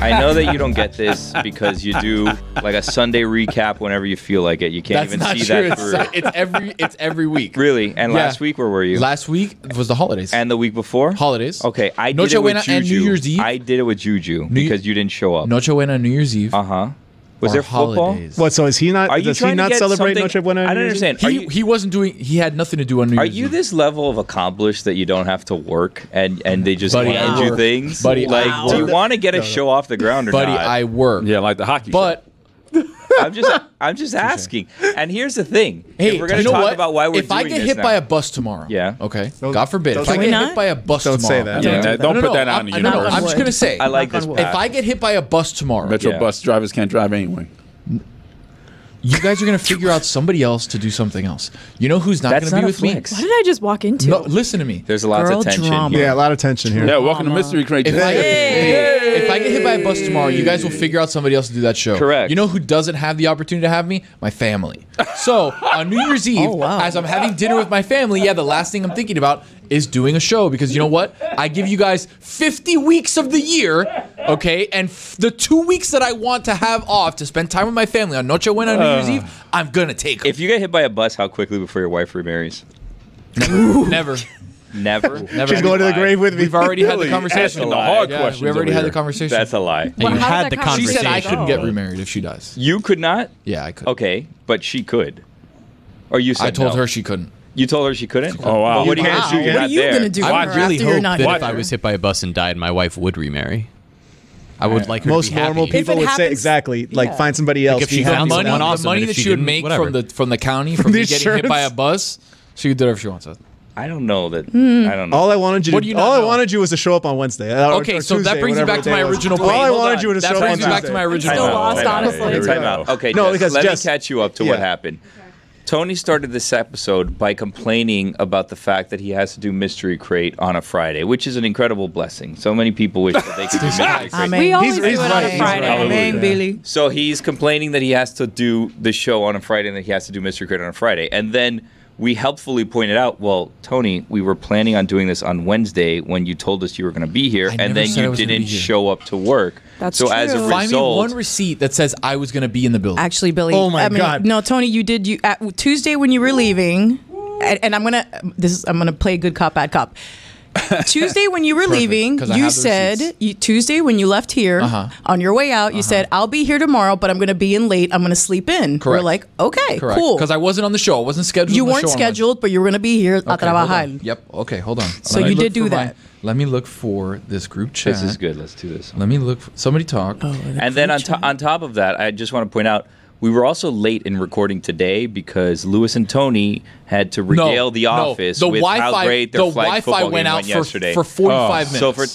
I know that you don't get this because you do like a Sunday recap whenever you feel like it. You can't That's even not see true. that it's, through. it's every it's every week. Really? And Yeah. last week, where were you? Last week was the holidays. and the week before? Holidays. Okay, I Noche did it with Buena Juju. and New Year's Eve? I did it with Juju because you didn't show up. Noche Buena New Year's Eve. Uh huh. Was or there football? holidays. What? So is he not? Are you does trying he to not get celebrate something- Noche Buena? I and don't New Year's Eve? understand. Are He, you, he wasn't doing. He had nothing to do on New are Year's you Eve. this level of accomplished that you don't have to work and and they just Buddy, I hand you work. things? Buddy, I like, do you work. want to get a show off the ground or buddy? not? I work. Yeah, like the hockey. but I'm just I'm just asking. And here's the thing. hey, if we're gonna you know talk what? about why we're if I doing get this hit now- by a bus tomorrow, Yeah. okay, Don't- God forbid, if don't I say get that. hit by a bus Don't say tomorrow, that. Yeah, No, that- no, don't no, put no, that out I'm, in the no, no, universe. I'm just gonna say, I like his if I get hit by a bus tomorrow, Metro Yeah. bus drivers can't drive anyway. you guys are gonna figure out somebody else to do something else. You know who's not That's not gonna be a with flex. What me? did I just walk into? No, listen to me. There's lots Girl of tension drama. here. Yeah, a lot of tension here. Yeah, welcome to Mystery Crate. uh, If I, Jack. if I get hit by a bus tomorrow, you guys will figure out somebody else to do that show. Correct. You know who doesn't have the opportunity to have me? My family. So on New Oh, Year's Eve, as I'm having dinner with my family, yeah, the last thing I'm thinking about is doing a show because you know what? I give you guys 50 weeks of the year, okay, and f- the two weeks that I want to have off to spend time with my family on Noche Buena on New Uh. Year's Eve, I'm gonna take 'em. Uh, If you get hit by a bus, how quickly before your wife remarries? never. Never. Never. She's She's going to the grave with me. We've already had the asking conversation. the hard Yeah, questions we already over had the here. conversation. That's a lie. Well, you how did had that the she conversation. said I couldn't get go? remarried if she does. You could not. Yeah, I could. Okay, but she could. Or you said I told no. her she couldn't. You told her she couldn't. Oh, wow. But what are you Wow. gonna do? You're What What not are you there. gonna do? I for would her really after you're hope not that here? If I was hit by a bus and died, my wife would remarry. I would like her Most to be happy. normal If people it would say happens- exactly like yeah. find somebody else. if she be happy found with someone that. else- the awesome, money and if that she she would didn't, make whatever. from the from the county from the me getting hit by a insurance. bus, she could do whatever she wants. I don't know that. Hmm. I don't know. All I wanted you What to do you not all know? I wanted you was to show up on Wednesday. uh, or- Okay, or so that Tuesday, brings me whatever back to day my it was. original All point. I Hold wanted on. you to That show up brings on me back to my Tuesday. I'm original still point. lost, Time out. honestly. Time out. Okay, No, Jess, because let Jess- me catch you up to yeah. what happened. Tony started this episode by complaining about the fact that he has to do Mystery Crate on a Friday, which is an incredible blessing. So many people wish that they could do Mystery Crate. Amen. We always He's- do he's it on right, a he's Friday. right. Amen, Billy. So he's complaining that he has to do the show on a Friday and that he has to do Mystery Crate on a Friday. And then we helpfully pointed out, well, Tony, we were planning on doing this on Wednesday when you told us you were going to be here, never and then said I you was gonna didn't be here. show up to work. That's so as a true. result, Find me one receipt that says I was going to be in the building. Actually, Billy. Oh my I mean, God. No, Tony, you did. You at, Tuesday when you were leaving, and, and I'm gonna. This is. I'm gonna play good cop, bad cop. Tuesday when you were leaving, 'cause I you have the said receipts. Uh-huh. you, Tuesday when you left here on your way out, you said I'll be here tomorrow, but I'm gonna be in late. I'm gonna sleep in. Correct. We're like, okay, Correct. cool. Because I wasn't on the show. I wasn't scheduled. you on the weren't show on Wednesday. scheduled, but you were gonna be here at Okay, hold trabajar. on. Yep. Okay. Hold on. So Let me you look did do for my- that. Let me look for this group chat. this is good. Let's do this. Let me look. For, somebody talk. Oh, And then on, to- on top of that, I just want to point out we were also late in recording today because Lewis and Tony had to No, regale the no, office the with Wi-Fi, how great their the flag Wi-Fi football game went out went for, yesterday. for 45 minutes. so for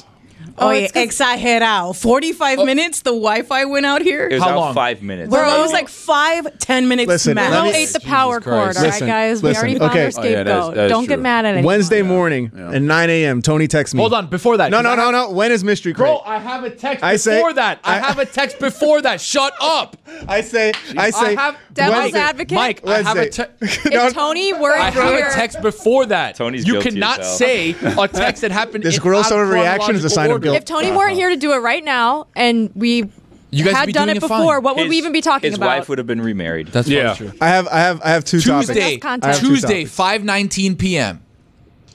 Oh, yeah, exagerado. 45 minutes, the Wi Fi went out here. it was How out long? five minutes. Bro, it was like five, ten minutes Listen, max. let Don't me- ate the power cord, all right, Listen, guys? listen, we already found okay. our Oh, yeah, scapegoat. that is- that is Don't get true. mad at anyone. Wednesday morning at 9 a.m. Tony texts me. Hold on, before that, No, 'cause no, I no, have- no. When is mystery crate? Bro, I have a text I say- before that. I, I- have a text before that. Shut up. I say, I say, I have Devil's Wednesday- advocate? Mike, I have a Wednesday. text. If Tony were I have here, a text before that. Tony's you guilty cannot as hell. say a text that happened. This in gross out overreaction is a sign of chronological if guilt. Tony weren't here to do it right now, and we You guys would had be done doing it it fine. before, what would we His- even be talking his about? wife would have been remarried. That's Yeah. yeah. true. I have, I have, I have two Tuesday, topics. contact. I have two Tuesday, topics. five nineteen p.m.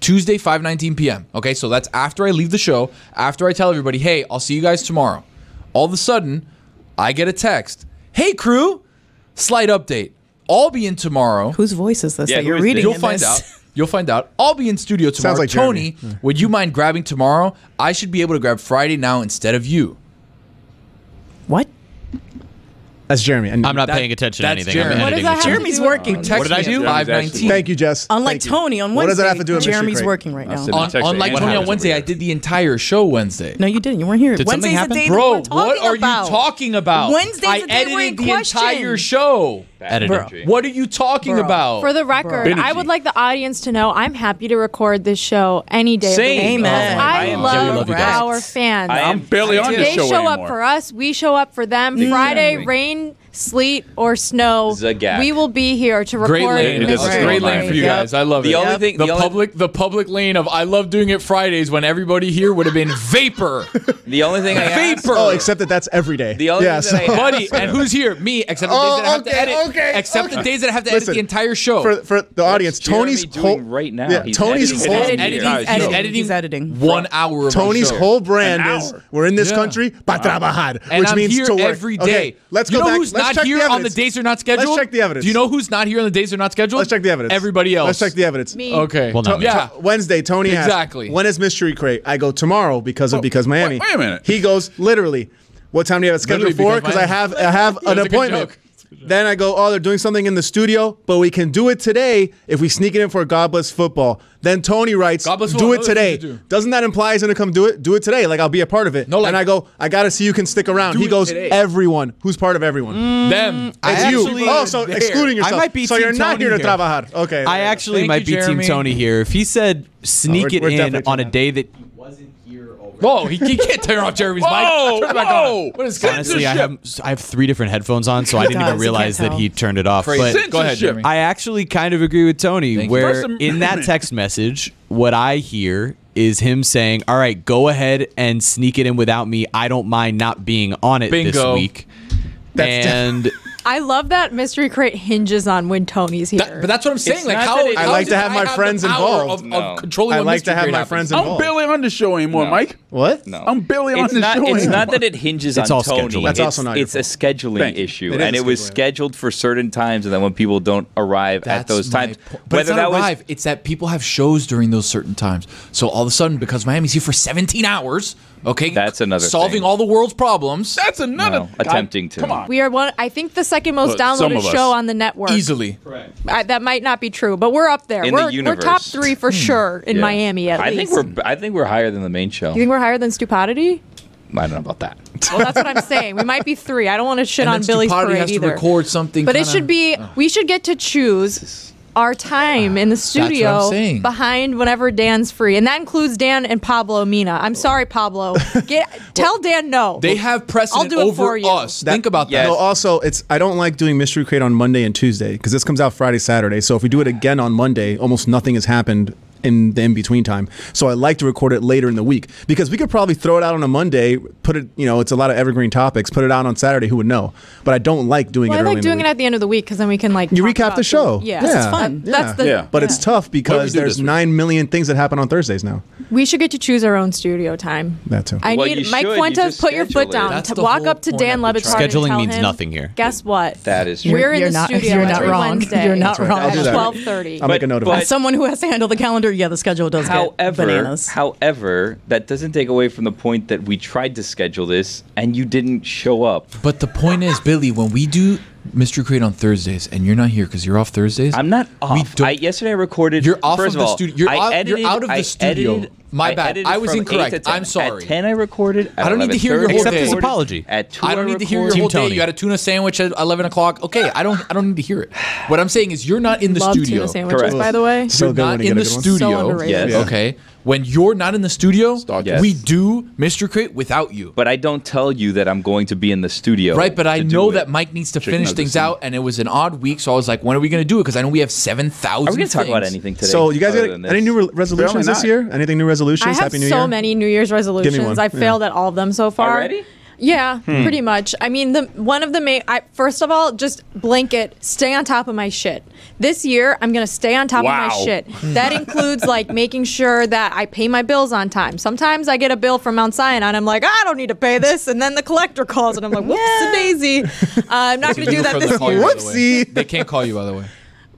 Tuesday, five nineteen p.m. Okay, so that's after I leave the show. After I tell everybody, "Hey, I'll see you guys tomorrow." All of a sudden, I get a text. "Hey, crew, slight update. I'll be in tomorrow. Whose voice is this Yeah, that who you're is this? reading? You'll in find this? out. You'll find out. I'll be in studio tomorrow. like Tony, would you mind grabbing tomorrow? I should be able to grab Friday now instead of you. What? That's Jeremy. I knew- I'm not That- paying attention to that's anything. Jeremy. I'm What editing does that have this. to Jeremy's do with- working. Text What did I me at do? Jeremy's 519. Thank you, Jess. Unlike Thank you. Tony on What Wednesday, does that have to do with Mr. Jeremy's Craig? working right now. said- On, Text unlike me. Tony on What Wednesday, I did the entire show Wednesday. no, you didn't. You weren't here. Did something Wednesday's happen? the day Bro, that we're what talking are about. you talking about? Wednesday's I the day edited we're in the question. entire show. Editing. What are you talking Bro. about? For the record, Energy. I would like the audience to know I'm happy to record this show any day. Same. Of the week. Amen. Oh Uh, my I God. love, Yeah, we love you guys. our fans. I am I'm barely on this they show show anymore. up for us. We show up for them. Friday, rain, sleet, or snow, Zagat. we will be here to record. Great lane. and This It's is a record. great lane for you Yep. guys. I love The it. only thing- the, the only- public, the public lane of I love doing it Fridays when everybody here would have been vapor, The only thing I asked, vapor. Oh, except that that's every day. the only yeah, thing that so- I asked- buddy, and who's here? Me, except the days Oh, that I have to okay, edit. okay, except the days that I have to edit Uh, Listen, the entire show. for for the audience, Jeremy Tony's doing whole right now. Yeah, He's Tony's editing. whole He's editing. editing, He's he's editing. editing He's editing. one hour of my Tony's show. whole brand is hour. we're in this Yeah. country pa trabajar, And which I'm means here to work every day. Okay, let's you go know back. who's let's not check here the on the evidence. days they're not scheduled? Let's check the evidence. Do you know who's not here on the days they're not scheduled? Let's check the evidence. Everybody else. Let's check the evidence. Me. Okay. Well, not me. yeah. Wednesday, Tony has Exactly. When is Mystery Crate? I go tomorrow because of because Miami. wait a minute. He goes literally. What time do you have it scheduled Literally for? because Because I Miami. have I have an was a good appointment. joke. Then I go, oh, they're doing something in the studio, but we can do it today if we sneak it in for God bless football. Then Tony writes, God Bless do Football, oh, it another thing today. to do. Doesn't that imply he's gonna come do it? Do it today, like I'll be a part of it. No, like- and I go, I gotta see you can stick around. Do He it goes, today. Mm, everyone. Who's part of everyone? Them. I It's you. actually- Oh, so there. excluding yourself. might be so Team you're not Tony here to here. trabajar. Okay. I actually Thank might you, be Jeremy. Team Tony here. If he said sneak we're- it we're in definitely on a doing day that he wasn't here already. Whoa, he, he can't turn off Jeremy's Whoa, mic. Turn it back on. whoa. What is this? Honestly, I have I have three different headphones on, so I didn't does, even you realize can't that he turned it off. Crazy. But Go ahead, Jeremy. I actually kind of agree with Tony, you. where First in that Amendment. text message, what I hear is him saying, "All right, go ahead and sneak it in without me. I don't mind not being on it Bingo. this week." That's- and I love that Mystery Crate hinges on when Tony's here. That- but that's what I'm saying. Like not how that it- how I like did to have my the friends power involved. Of, No. of controlling I when like to mystery have grade my happens. friends I'm involved. barely on the show anymore, No. Mike. What? No. I'm barely on it's the not, show It's anymore. not that it hinges It's on all Tony. scheduling. That's it's, also not your It's a fault. scheduling Thank you. issue, It is and it was scheduling. scheduled for certain times, and then when people don't arrive at those my times, po- But it's not arrive. it's that people have shows during those certain times. So all of a sudden, because Miami's here for 17 hours, okay, That's another solving thing. all the world's problems That's another No, attempting to. Come on. we are one. I think the second most Look, some of downloaded us. show on the network. easily. I, that might not be true, but we're up there. In the we're, we're universe. top three Hmm. for sure in Yeah. Miami. At I least. think we're I think we're higher than the main show. You think we're higher than Stupidity? I don't know about that. Well, that's what I'm saying. We might be three. I don't want to shit And on then Billy's Stupidity parade has to either. record something but it kinda- should be. We should get to choose our time in the what I'm studio saying. behind whenever Dan's free, and that includes Dan and Pablo Mina. I'm sorry, Pablo. Get tell Dan no. They have precedent I'll do it over for you. us. Think about Yeah. that. No, also it's I don't like doing mystery crate on Monday and Tuesday because this comes out Friday Saturday. So if we do it again on Monday, almost nothing has happened in the in between time. So I like to record it later in the week because we could probably throw it out on a Monday, put it you know it's a lot of evergreen topics, put it out on Saturday. Who would know? But I don't like doing Well, it. I early like in doing the it week. at the end of the week because then we can like You talk recap about the show. Yeah, yeah. That's fun. That's the. Yeah. But it's tough because do there's this week? nine million things that happen on Thursdays now. We should get to choose our own studio time. That too. I Well, need you Mike should. You Fuentes. just Put your schedule foot it. down. That's To the walk whole up to point Dan of the Levitard. and Scheduling tell means him, nothing here. Guess what? That is true. We're in You're the not- studio you're every not wrong. Wednesday. You're not That's right. wrong. I'll do that. Twelve thirty. I'll make a note of But- it. As someone who has to handle the calendar, yeah, the schedule does get However, bananas. however, that doesn't take away from the point that we tried to schedule this and you didn't show up. But the point is, Billy, when we do Mystery Crate on Thursdays and you're not here because you're off Thursdays, I'm not off. We don't, I, yesterday I recorded. You're off first of the all, studio- you're I out- you're edited- out of the I studio. edited- My bad. edited I was from incorrect. 8 to 10. I'm sorry. At ten, I recorded. At I don't need to hear your 11:30, whole Except his recorded. apology. At two, I don't need to hear your recorded. whole Team day. Tony. You had a tuna sandwich at 11 o'clock. Okay, I don't. I don't need to hear it. What I'm saying is, you're not in the Love studio. tuna sandwiches, Correct. by the way. So you're good when not you in get the a good one. studio. So underrated. Yes. Okay. When you're not in the studio, Yes. we do Mr. Crate without you. But I don't tell you that I'm going to be in the studio. Right, but I to do know it. that Mike needs to finish out the things scene. out, and it was an odd week, so I was like, "When are we going to do it?" Because I know we have seven thousand. Are we going to talk about anything today? So you guys other got than any this? new re- resolutions this not. year? Anything new resolutions? I have Happy New so Year. many New Year's resolutions. one. I failed at all of them so far. Already? Yeah, Hmm. pretty much. I mean, the one of the main. I, first of all, just blanket stay on top of my shit. This year, I'm gonna stay on top of Wow. my shit. That includes like making sure that I pay my bills on time. Sometimes I get a bill from Mount Sinai, and I'm like, I don't need to pay this, and then the collector calls, and I'm like, whoops, a daisy. Uh, I'm not gonna do that this year. Whoopsie. They can't call you, by the way.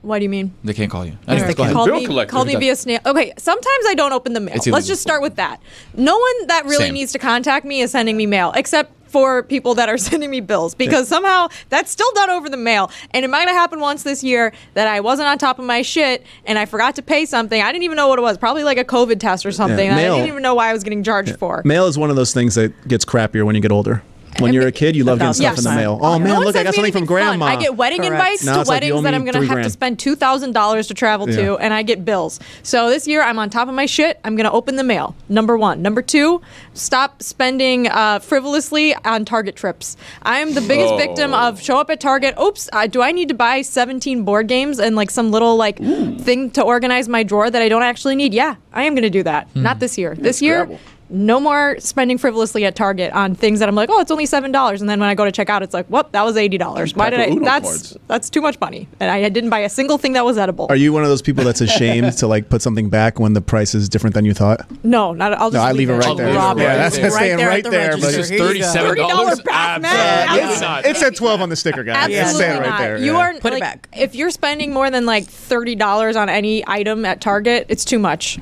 What do you mean? They can't call you. Anyways, go ahead. Call bill me, collector. call me via snail. Okay, sometimes I don't open the mail. It's Let's illegal. just start with that. No one that really Same. needs to contact me is sending me mail, except for people that are sending me bills, because somehow that's still done over the mail. And it might have happened once this year that I wasn't on top of my shit and I forgot to pay something. I didn't even know what it was. Probably like a COVID test or something. I mail. didn't even know why I was getting charged for. Mail is one of those things that gets crappier when you get older. When you're a kid, you love getting stuff in the Yes. mail. Oh man, No one look, sends me I got something from anything fun. grandma. I get wedding Correct. invites Now to it's like, you weddings owe that me I'm going to three have to grand. spend two thousand dollars to travel Yeah. to, and I get bills. So this year I'm on top of my shit. I'm going to open the mail. Number one. Number two. Stop spending uh, frivolously on Target trips. I am the biggest Oh. victim of show up at Target. Oops, uh, do I need to buy 17 board games and like some little like thing to organize my drawer that I don't actually need? Yeah, I am going to do that. Hmm. Not this year. This year. Scrabble. No more spending frivolously at Target on things that I'm like, oh, it's only seven dollars, and then when I go to check out, it's like, whoop, that was eighty dollars. Why did Pack of I? Uno That's cards. that's too much money, and I didn't buy a single thing that was edible. Are you one of those people that's ashamed to like put something back when the price is different than you thought? no, not. I'll just No, I leave it right there. Robert. Yeah, that's Right that's staying there at right the there. register. buddy. It's Here you go. thirty-seven dollars. $30 back, man. uh, It's, Absolutely it's at twelve on the sticker, guys. Absolutely It's staying right not. there. You yeah. are Put it like, back. If you're spending more than like thirty dollars on any item at Target, it's too much.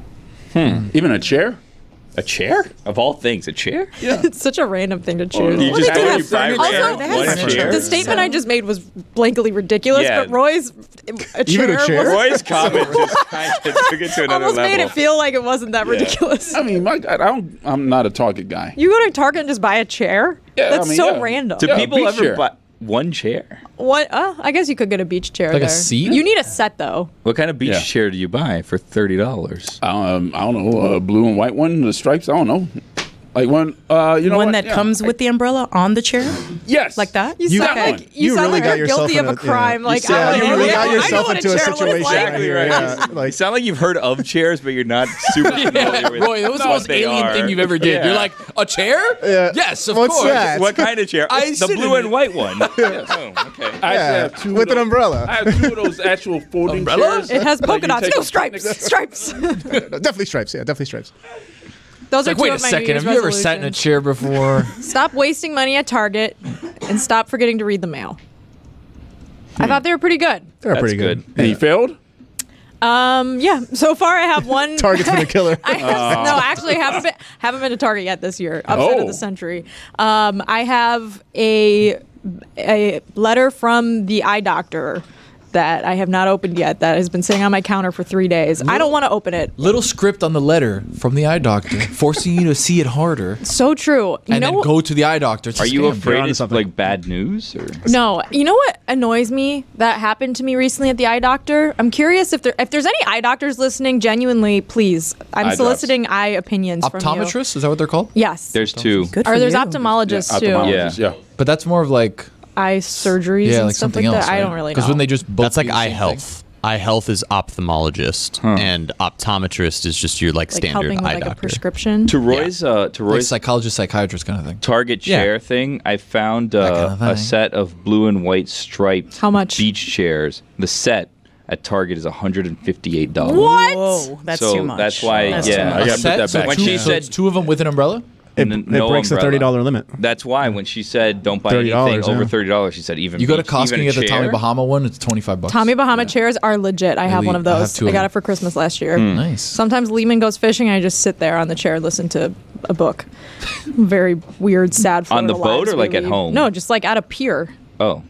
Even a chair? Hmm. A chair? Of all things, a chair? it's such a random thing to choose. You Well, just they do go have to buy furniture. rare Also, one they have furniture. chair. The statement I just made was blankly ridiculous, Yeah. but Roy's a chair, Even a chair? was- Roy's comment just kind of took it to another almost level. made it feel like it wasn't that ridiculous. I mean, my, I don't. I'm not a Target guy. You go to Target and just buy a chair? Yeah, That's I mean, so yeah. random. Do Yeah, a people beach ever chair. buy one chair? What? Uh, I guess you could get a beach chair. Like a there. seat? You need a set though. What kind of beach Yeah. chair do you buy for thirty dollars? Um, I don't know. A blue and white one, the stripes. I don't know. Like one, uh, you know, One what? that Yeah. comes with the umbrella on the chair. yes, like that? You, You sound got like one. you, You sound really like got you're yourself guilty of in a a- yeah. crime. You Like sound- I don't you know. really Yeah, got I know yourself what a into a chair looks situation like. right here. Yeah. You Like, sound like you've heard of chairs, but you're not super familiar with Roy, that was the what most they alien are. thing you've ever did. You're like a chair? Yes, of What's course. that? what kind of chair? I the sit in blue and it. white one. Oh, okay. I actually Yeah, have two with of an those- umbrella. I have two of those actual folding Umbrella? chairs. It has that polka you dots. take No a stripes. picnic- Stripes. definitely stripes. Yeah, definitely stripes. Those are Like, two wait a of my New second. Year's Have you ever sat in a resolutions. chair before? Stop wasting money at Target, and stop forgetting to read the mail. Hmm. I thought they were pretty good. They're That's pretty good. good. And he failed. Um, yeah. So far, I have one. Target's been a killer. I Ah. have, no, actually, haven't been haven't been to Target yet this year. Upset of Oh. the century. Um, I have a a letter from the eye doctor that I have not opened yet. That has been sitting on my counter for three days. I don't want to open it. Little script on the letter from the eye doctor, forcing you to see it harder, So true. You and know, then go to the eye doctor. It's a Are you scam. afraid onto it's something. like bad news or? no. You know what annoys me that happened to me recently at the eye doctor. I'm curious if there if there's any eye doctors listening. Genuinely, please. I'm drops. soliciting eye opinions from you. Optometrist? Is that what they're called? Yes. There's two. Good or for there's you. optomeologists too. Yeah. Ophthalmologist, Yeah. But that's more of like eye surgeries yeah, and like stuff something like else. that. I right? don't really know. Because when they just both That's like do the eye same thing. health. Eye health is ophthalmologist, and optometrist is just your like, like standard helping with eye like a doctor. prescription. To Roy's, uh, to Like Roy's psychologist, psychiatrist kind of thing. Target Yeah. chair thing, I found uh, That kinda a thing. set of blue and white striped How much? beach chairs. The set at Target is $158. What? Whoa, that's So too much. that's why, That's yeah, too I gotta A put much. set? that So back. When two- she so said- it's two of them with an umbrella. It, n- it no breaks the umbrella. thirty dollar limit. That's why when she said don't buy $30, anything over yeah. thirty dollars, she said even You go to beach- even Costco and a you get the Tommy chair? Bahama one. It's twenty five bucks. Tommy Bahama chairs are legit. I have Elite. one of I have those. two I, of got them. it for Christmas last year. Hmm. Nice. Sometimes Lehman goes fishing and I just sit there on the chair and listen to a book. Very weird, sad. On Florida the boat lives or, we like, at lead. home? No, just like at a pier. Oh,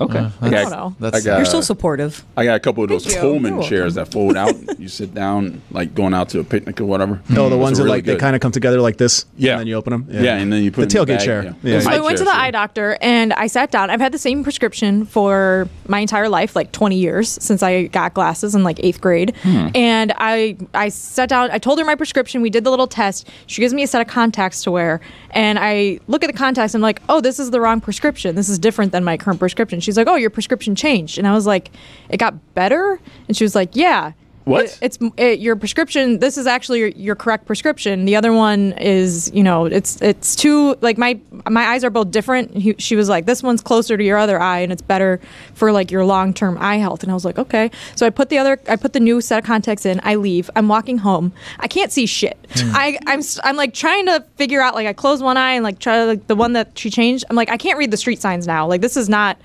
okay. okay. I don't know. That's I got- You're Uh, so supportive. I got a couple of those Thank you. Coleman You're chairs that fold out. you sit down, like going out to a picnic or whatever. No, Oh, the Those ones are that really like they good. kind of come together like this. Yeah. and then you open them. Yeah, and then you put the them in tailgate the chair. bag, yeah. Yeah. Those So Eye I went to the chairs, yeah. eye doctor and I sat down. I've had the same prescription for my entire life, like 20 years since I got glasses in like eighth grade. And I I sat down. I told her my prescription. We did the little test. She gives me a set of contacts to wear, and I look at the contacts. and I'm like, oh, this is the wrong prescription. This is different than my current prescription. She's like, oh, your prescription changed. And I was like, it got better. And she was like, yeah. What? It's it, your prescription. This is actually your, your correct prescription. The other one is, you know, it's it's too like my my eyes are both different. He, she was like, this one's closer to your other eye, and it's better for like your long term eye health. And I was like, okay. So I put the other, I put the new set of contacts in. I leave. I'm walking home. I can't see shit. I I'm s- I'm like trying to figure out like I close one eye and like try to like the one that she changed. I'm like I can't read the street signs now. Like this is not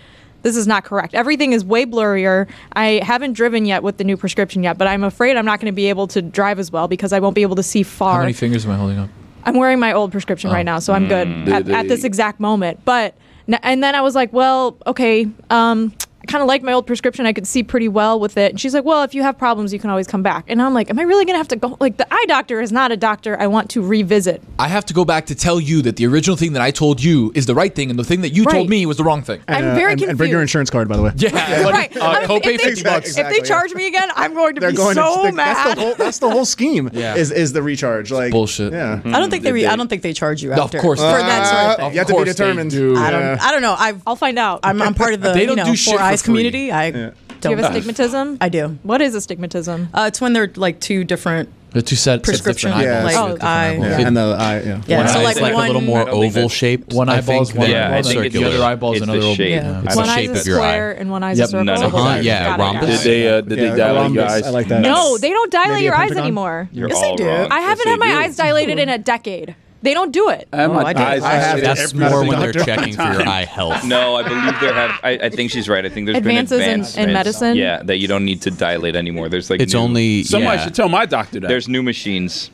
this is not correct. Everything is way blurrier. I haven't driven yet with the new prescription yet, but I'm afraid I'm not going to be able to drive as well because I won't be able to see How far. many fingers am I holding up? I'm wearing my old prescription Oh. right now, so I'm good Mm. at, at this exact moment. But n- and then I was like, well, okay, um, I kind of like my old prescription. I could see pretty well with it. And she's like, well, if you have problems, you can always come back. And I'm like, am I really gonna have to go? Like the eye doctor is not a doctor I want to revisit. I have to go back to tell you that the original thing that I told you is the right thing, and the thing that you Right. told me was the wrong thing. I'm Uh, very and, confused. and bring your insurance card, by the way. Yeah, like, Right. uh, I mean, copay if they- 50 bucks. Exactly, if yeah. they charge me again, I'm going to They're be going to so stick- mad. That's the whole, that's the whole scheme. Yeah. Is is the recharge like bullshit. Mm-hmm. Yeah. I don't think they. Re- I don't think they charge you Of after. course. for that sort of Uh, thing. you have to be course they determined. do. I don't. I don't know. I've. I'll find out. I'm, I'm part of the They you don't know do shit four for eyes free. community. I Do don't. you have astigmatism? I do. What is astigmatism? Uh, it's when they're like two different. The two set, Prescription, sets different like, eyeballs, different eye- eyeballs. Yeah. It- And the I yeah. Yeah, One so eye's like like one- a little I more don't think oval that's- shaped. One I eyeball's think, one than eyeball. yeah, I One's think it's the circular. other eyeball eyeball's is another the oval. shape. Yeah. It's one the eye shape is a of your square eye. and one eye is Yep. a circle. None of Got Uh-huh, it, yeah, got it, got it. rhombus. Did they uh, did Yeah, they dilate your rhombus, eyes? I like that. No, they don't dilate Maybe a your eyes pentagon? anymore. You're Yes, they all do. wrong. I haven't had my eyes dilated in a decade. They don't do it. I have Oh, I my did. eyes. I have dilated. That's more when they're checking for your eye health. No, I believe there have. I, I think she's right. I think there's Advances in- been in advancements. medicine? Yeah, that you don't need to dilate anymore. There's like It's new- only Somebody yeah. should tell my doctor that. There's new machines.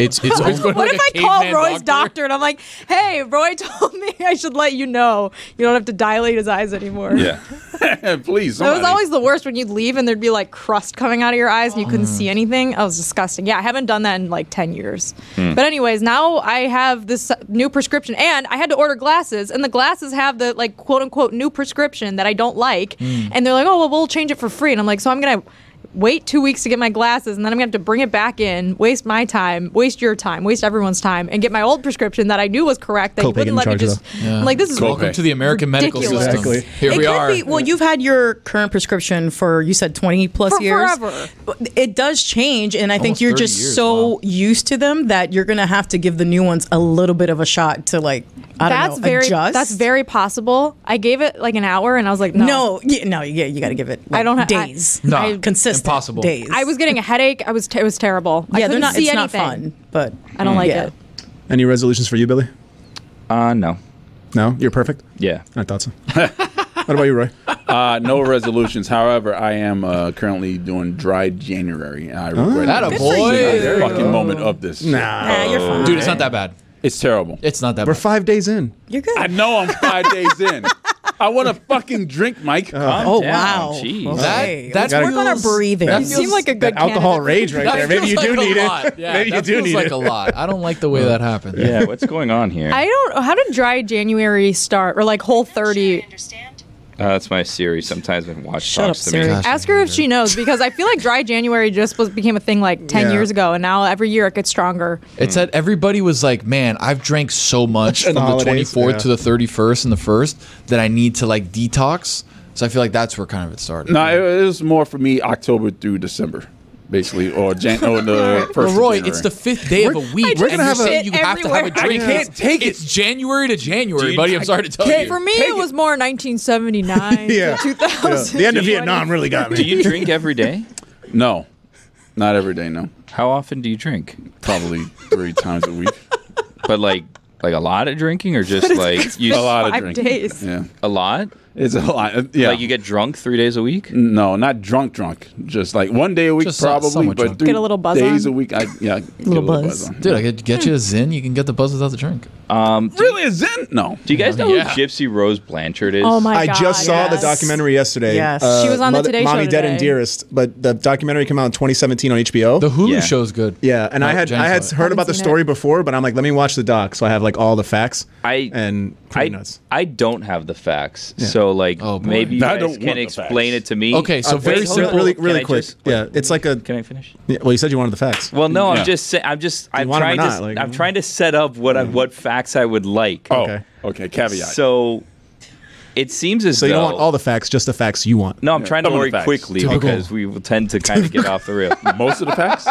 It's it's only, what like if a I call caveman Roy's doctor? doctor? and I'm like, "Hey, Roy told me I should let you know you don't have to dilate his eyes anymore." Yeah. please. That was somebody. always the worst when you'd leave and there'd be like crust coming out of your eyes and you couldn't see anything. I was disgusting. Yeah, I haven't done that in like 10 years. Hmm. But, anyways, now I have this new prescription and I had to order glasses, and the glasses have the like quote unquote new prescription that I don't like. And they're like, oh, well, we'll change it for free. And I'm like, so I'm going to wait two weeks to get my glasses and then I'm gonna have to bring it back in, waste my time, waste your time, waste everyone's time, and get my old prescription that I knew was correct that Copay you wouldn't getting let me charged, just I'm like this is Welcome to the American medical Ridiculous. system. Exactly. Here it we could are. Be, well, you've had your current prescription for you said twenty plus For years. forever. It does change, and I think Almost you're 30 just years, so wow. used to them that you're gonna have to give the new ones a little bit of a shot to like I that's don't know very adjust. that's very possible. I gave it like an hour and I was like, no. No, yeah, no, yeah, you got to give it. Like, I don't have I- days. Nah, I- consistent. impossible. days. I was getting a headache. I was it was terrible. I Yeah, they're couldn't not. see It's not anything. fun, but I don't like Yeah. it. Any resolutions for you, Billy? Mm. Uh no. No, you're perfect. Yeah. I thought so. what about you, Roy? Uh, no resolutions. However, I am uh, currently doing dry January. and I regret That a every boy. single There you Fucking moment of this. Ah. Nah, Nah, you're fine. Dude, it's not that bad. It's terrible. It's not that we're bad. five days in. You're good. I know I'm five days in. I want a fucking drink, Mike. Uh-huh. Calm oh down. wow. Jeez. That- Hey, that let's work on our feels- breathing. that You feels- Seemed like a good That alcohol candidate. rage right That there. Maybe you feels do like a need it. lot. Yeah, Maybe you that do feels need like it. a lot. I don't like the way that happened. Yeah. What's going on here? I don't. How did Dry January start or like Whole 30? Uh, that's my Siri. Sometimes when watch Shut talks up, to me. Siri. Ask her if she knows because I feel like Dry January just was became a thing like 10 Yeah. years ago and now every year it gets stronger. It's that everybody was like, "Man, I've drank so much from And the holidays, 24th yeah. to the 31st and the 1st that I need to like detox." So I feel like that's where kind of it started. No, it, it was more for me October through December, basically, or Jan- or the But first. of Roy, January. it's the fifth day of a week. we're and gonna you're have a- saying you have to have a everywhere. drink. I can't take it. It's January to January, buddy. I'm sorry to tell you. For me, it was more 1979 Yeah. to 2000. The end of Vietnam really got Do me. you drink every day? no, not every day. No, How often do you drink? probably three times a week. But like, like a lot of drinking, or just like you A lot of Five drinking. days. Yeah, a lot. it's a lot. Uh, Yeah, Like you get drunk three days a week. no, not drunk, drunk. Just like one day a week, Just so- probably, somewhat but drunk. three Get a little buzz days on? a week. I, yeah, get a little buzz. on. Dude, I could get you a Zin. You can get the buzz without the drink. Really, a Zen? No. Um, Do you guys know Yeah. who Gypsy Rose Blanchard is? Oh my I god. just saw the yes. documentary yesterday. uh, Yes. She was on the Mother- Today Show Mommy Dead and today. Dearest, but the documentary came out in 2017 on HBO. The Hulu Yeah. show's good. yeah, and I Oh, had Jenny I had saw it. heard about the seen it. story before, but I'm like, let me watch the doc, so I have like all the facts. I- and I, pretty nuts. I don't have the facts, so like Oh, boy. maybe you I guys don't want can the explain facts. it to me. Okay, so Uh, very wait, hold on. simple- really, Can really I quick. just- yeah, it's like a. Can I finish? yeah, well, you said you wanted the facts. Well, no, Yeah. I'm just saying. I'm just. I'm want 'em or trying not? to. Like, I'm trying to set up what I, what facts I would like. Oh, Okay. okay. Caveat. So It seems as though So you don't want all the facts, just the facts you want. No, I'm trying to Some of the worry facts. quickly Typical. because we will tend to kind of get off the rail. Most of the facts.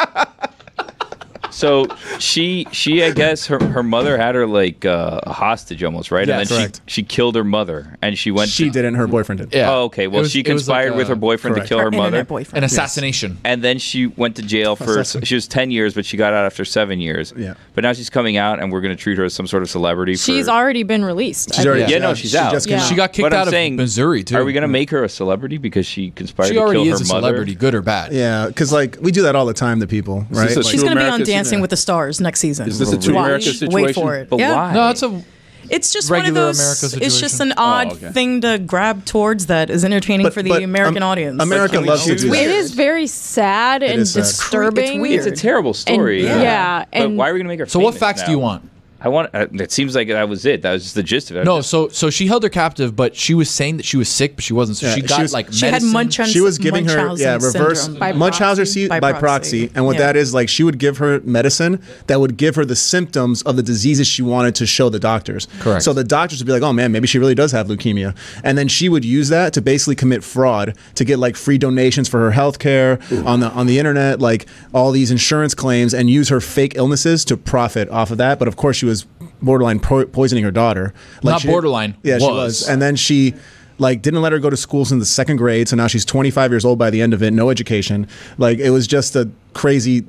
So she she I guess her, her mother had her like uh, a hostage almost, right? Yeah, and then correct. she she killed her mother and she went She to- didn't. Her boyfriend did. Yeah. Oh, okay. Well, It was- she it was conspired like with a- her boyfriend correct. to kill her, mother. internet boyfriend. An assassination. And then she went to jail for Assassin. she was 10 years, but she got out after 7 years. Yeah. But now she's coming out and we're going to treat her as some sort of celebrity She's for already been released. She's I- already. Yeah, no, she's out. Just came Yeah. She got kicked But I'm out of saying, Missouri too. Are we going to make her a celebrity because she conspired She to kill already her is a mother? celebrity, good or bad. Yeah, because like we do that all the time to people, right? this a Like, She's True going to be on Dancing America season. with the Stars next season. Is this a True Watch. America Wait situation? for it. But yeah. why? No, it's a It's just one of Regular those. America It's situation. just an odd Oh, okay. thing to grab towards that is entertaining but- for the but, um, American audience. America Like, loves to do it's It that. is very sad and is sad. It's cre- it's disturbing. weird. It's a terrible story. yeah. Yeah, But and- why are we going to make her So what famous facts do now? you want? I want uh, it seems like that was it. That was just the gist of it. No, so so she held her captive, but she was saying that she was sick, but she wasn't. So Yeah, she she got was- like she had medicine. Munchausen. She was giving her yeah Munchausen reverse syndrome. By Munchausen proxy? se- by, By proxy, proxy. and what Yeah. that is like, she would give her medicine that would give her the symptoms of the diseases she wanted to show the doctors. Correct. So the doctors would be like, "Oh man, maybe she really does have leukemia," and then she would use that to basically commit fraud to get like free donations for her health care on the on the internet, like all these insurance claims, and use her fake illnesses to profit off of that. But of course, she was borderline po- poisoning her daughter. Not she didn't- borderline, Yeah, she was. was, and then she like didn't let her go to school since the second grade so now she's 25 years old by the end of it no education like it was just a crazy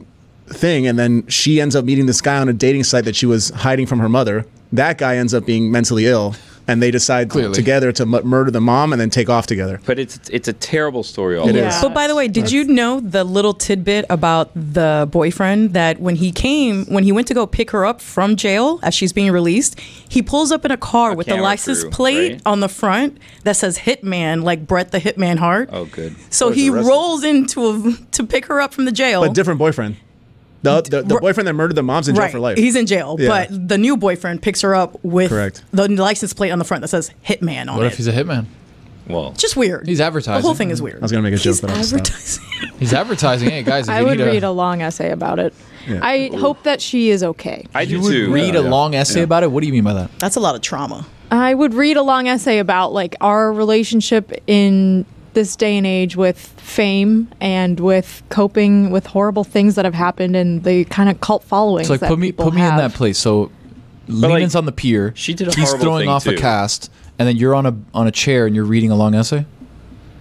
thing and then she ends up meeting this guy on a dating site that she was hiding from her mother that guy ends up being mentally ill and they decide Clearly. together to mu- murder the mom and then take off together But it's it's a terrible story. All is. But by the way, did you know the little tidbit about the boyfriend that when he came, when he went to go pick her up from jail as she's being released, he pulls up in a car with the camera license crew, plate right? on the front that says Hitman, like Brett the Hitman Hart. Oh, good. So he rolls into a, to pick her up from the jail. but different boyfriend the, the, the Right. boyfriend that murdered the mom's in jail right. for life He's in jail, Yeah. but the new boyfriend picks her up with Correct. the license plate on the front that says Hitman on What it. if he's a hitman? Well, just weird. He's advertising. The whole thing is weird. I was gonna make a joke, He's but I'll stop. advertising. He's advertising. Hey guys, if I you would need read a long essay about it. I hope that she is okay. I do you would too. read a long essay about it. What do you mean by that? That's a lot of trauma. I would read a long essay about like our relationship in this day and age with fame and with coping with horrible things that have happened and the kind of cult followings. It's like that put me people put me have. in that place. So like, Lennon's on the pier. she did a He's horrible throwing thing, off a too. cast, and then you're on a on a chair and you're reading a long essay,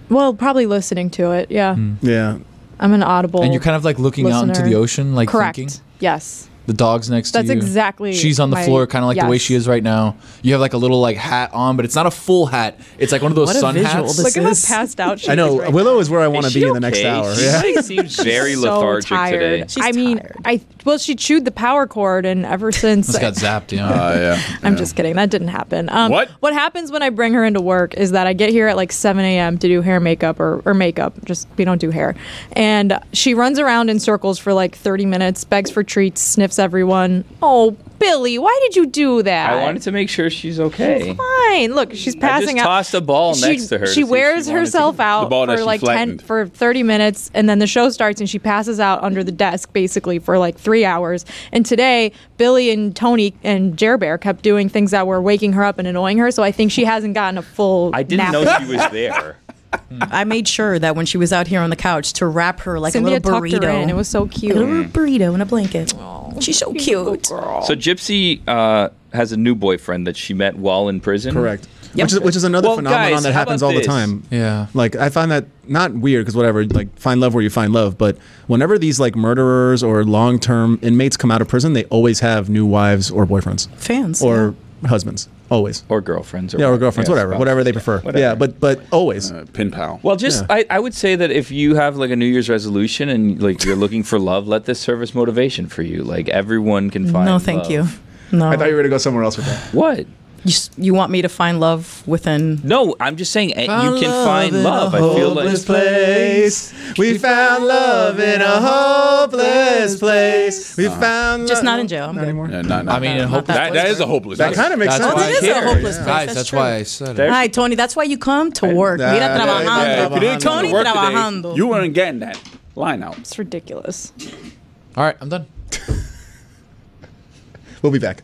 Well, probably listening to it. Yeah, yeah I'm an audible. Hmm. and you're kind of like looking out into listener. the ocean, like correct. thinking. Yes. The dog's next That's to you. exactly She's on the my- floor, kind of like the way yes. she is right now. You have like a little like hat on, but it's not a full hat. It's like one of those What a sun visual. hats. This Look at is- how passed out she i know is right willow is where i want Is to she be in the next okay? hour She yeah. like, seems very so lethargic tired. today. She's I mean, tired. I well, she chewed the power cord, and ever since Just got zapped, you know. Uh, yeah. I'm just kidding. That didn't happen. Um, What? What happens when I bring her into work is that I get here at like 7 a.m. to do hair makeup or, or makeup. Just we don't do hair. And she runs around in circles for like 30 minutes, begs for treats, sniffs everyone. Oh, Billy, why did you do that? I wanted to make sure she's okay. Fine. Look, she's passing out. tossed a ball next to her to see She if she wears wanted herself to- out The ball that for she like flattened. ten for thirty minutes, and then the show starts, and she passes out under the desk basically for like three hours. And today, Billy and Tony and Jer Bear kept doing things that were waking her up and annoying her. So I think she hasn't gotten a full. I nap didn't know yet. she was there. I made sure that when she was out here on the couch to wrap her like Cynthia a little tucked burrito. her in. It was so a little cute. burrito and a blanket. She's so cute. So Gypsy uh, has a new boyfriend that she met while in prison. Correct. Which is which is another Well, phenomenon Oh, guys, that how happens about all the this? time. Yeah. Like I find that not weird because whatever, like find love where you find love. But whenever these like murderers or long term inmates come out of prison, they always have new wives or boyfriends Fans. or husbands. Always. Or girlfriends. Or Yeah, or girlfriends, yeah, whatever, spouse. whatever they prefer. whatever. Yeah, but but always. Uh, pin pal. Well, just I, I would say that if you have like a New Year's resolution and like you're looking for love, let this serve as motivation for you. Like everyone can yeah. find. No, thank love. you. No. I thought you were gonna go somewhere else with that. What? you, s- you want me to find love within. No, I'm just saying eh, you can love in find a love. I feel like hopeless place. We found love in a hopeless place. We found Just lo- not in jail. I'm Not good. anymore. Yeah, not, not, I mean, in hope that, that is a hopeless. That kind of makes That's sense. why- It is a Cares. hopeless place. guys. That's That's, true. why I said There- it. Hi, Tony. That's why you come to work. Nah, Mira Yeah, yeah, if you trabajando. didn't come Tony to work trabajando. today, you weren't getting that line out. It's ridiculous. All right, I'm done. We'll be back.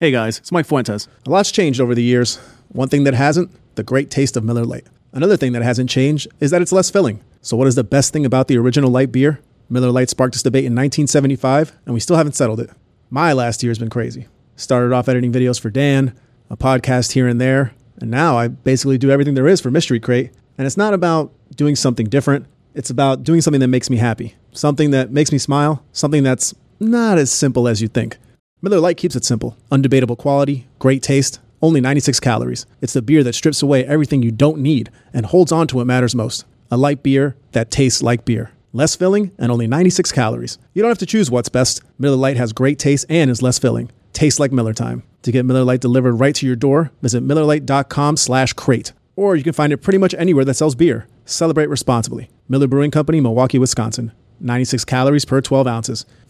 Hey guys, it's Mike Fuentes. A lot's changed over the years. One thing that hasn't, the great taste of Miller Lite. Another thing that hasn't changed is that it's less filling. So what is the best thing about the original light beer? Miller Lite sparked this debate in 1975, and we still haven't settled it. My last year has been crazy. Started off editing videos for Dan, a podcast here and there, and now I basically do everything there is for Mystery Crate. And it's not about doing something different, it's about doing something that makes me happy, something that makes me smile, something that's not as simple as you think. Miller Lite keeps it simple, undebatable quality, great taste, only 96 calories. It's the beer that strips away everything you don't need and holds on to what matters most a light beer that tastes like beer. Less filling and only 96 calories. You don't have to choose what's best. Miller Lite has great taste and is less filling. Tastes like Miller time. To get Miller Lite delivered right to your door, visit MillerLite.com slash crate. Or you can find it pretty much anywhere that sells beer. Celebrate responsibly. Miller Brewing Company, Milwaukee, Wisconsin. 96 calories per 12 ounces.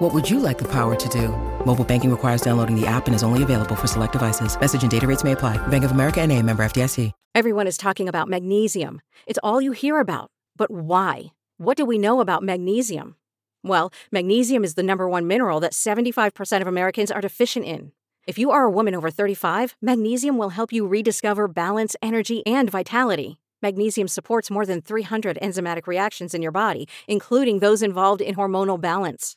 What would you like the power to do? Mobile banking requires downloading the app and is only available for select devices. Message and data rates may apply. Bank of America and a member FDIC. Everyone is talking about magnesium. It's all you hear about. But why? What do we know about magnesium? Well, magnesium is the number one mineral that 75% of Americans are deficient in. If you are a woman over 35, magnesium will help you rediscover balance, energy, and vitality. Magnesium supports more than 300 enzymatic reactions in your body, including those involved in hormonal balance.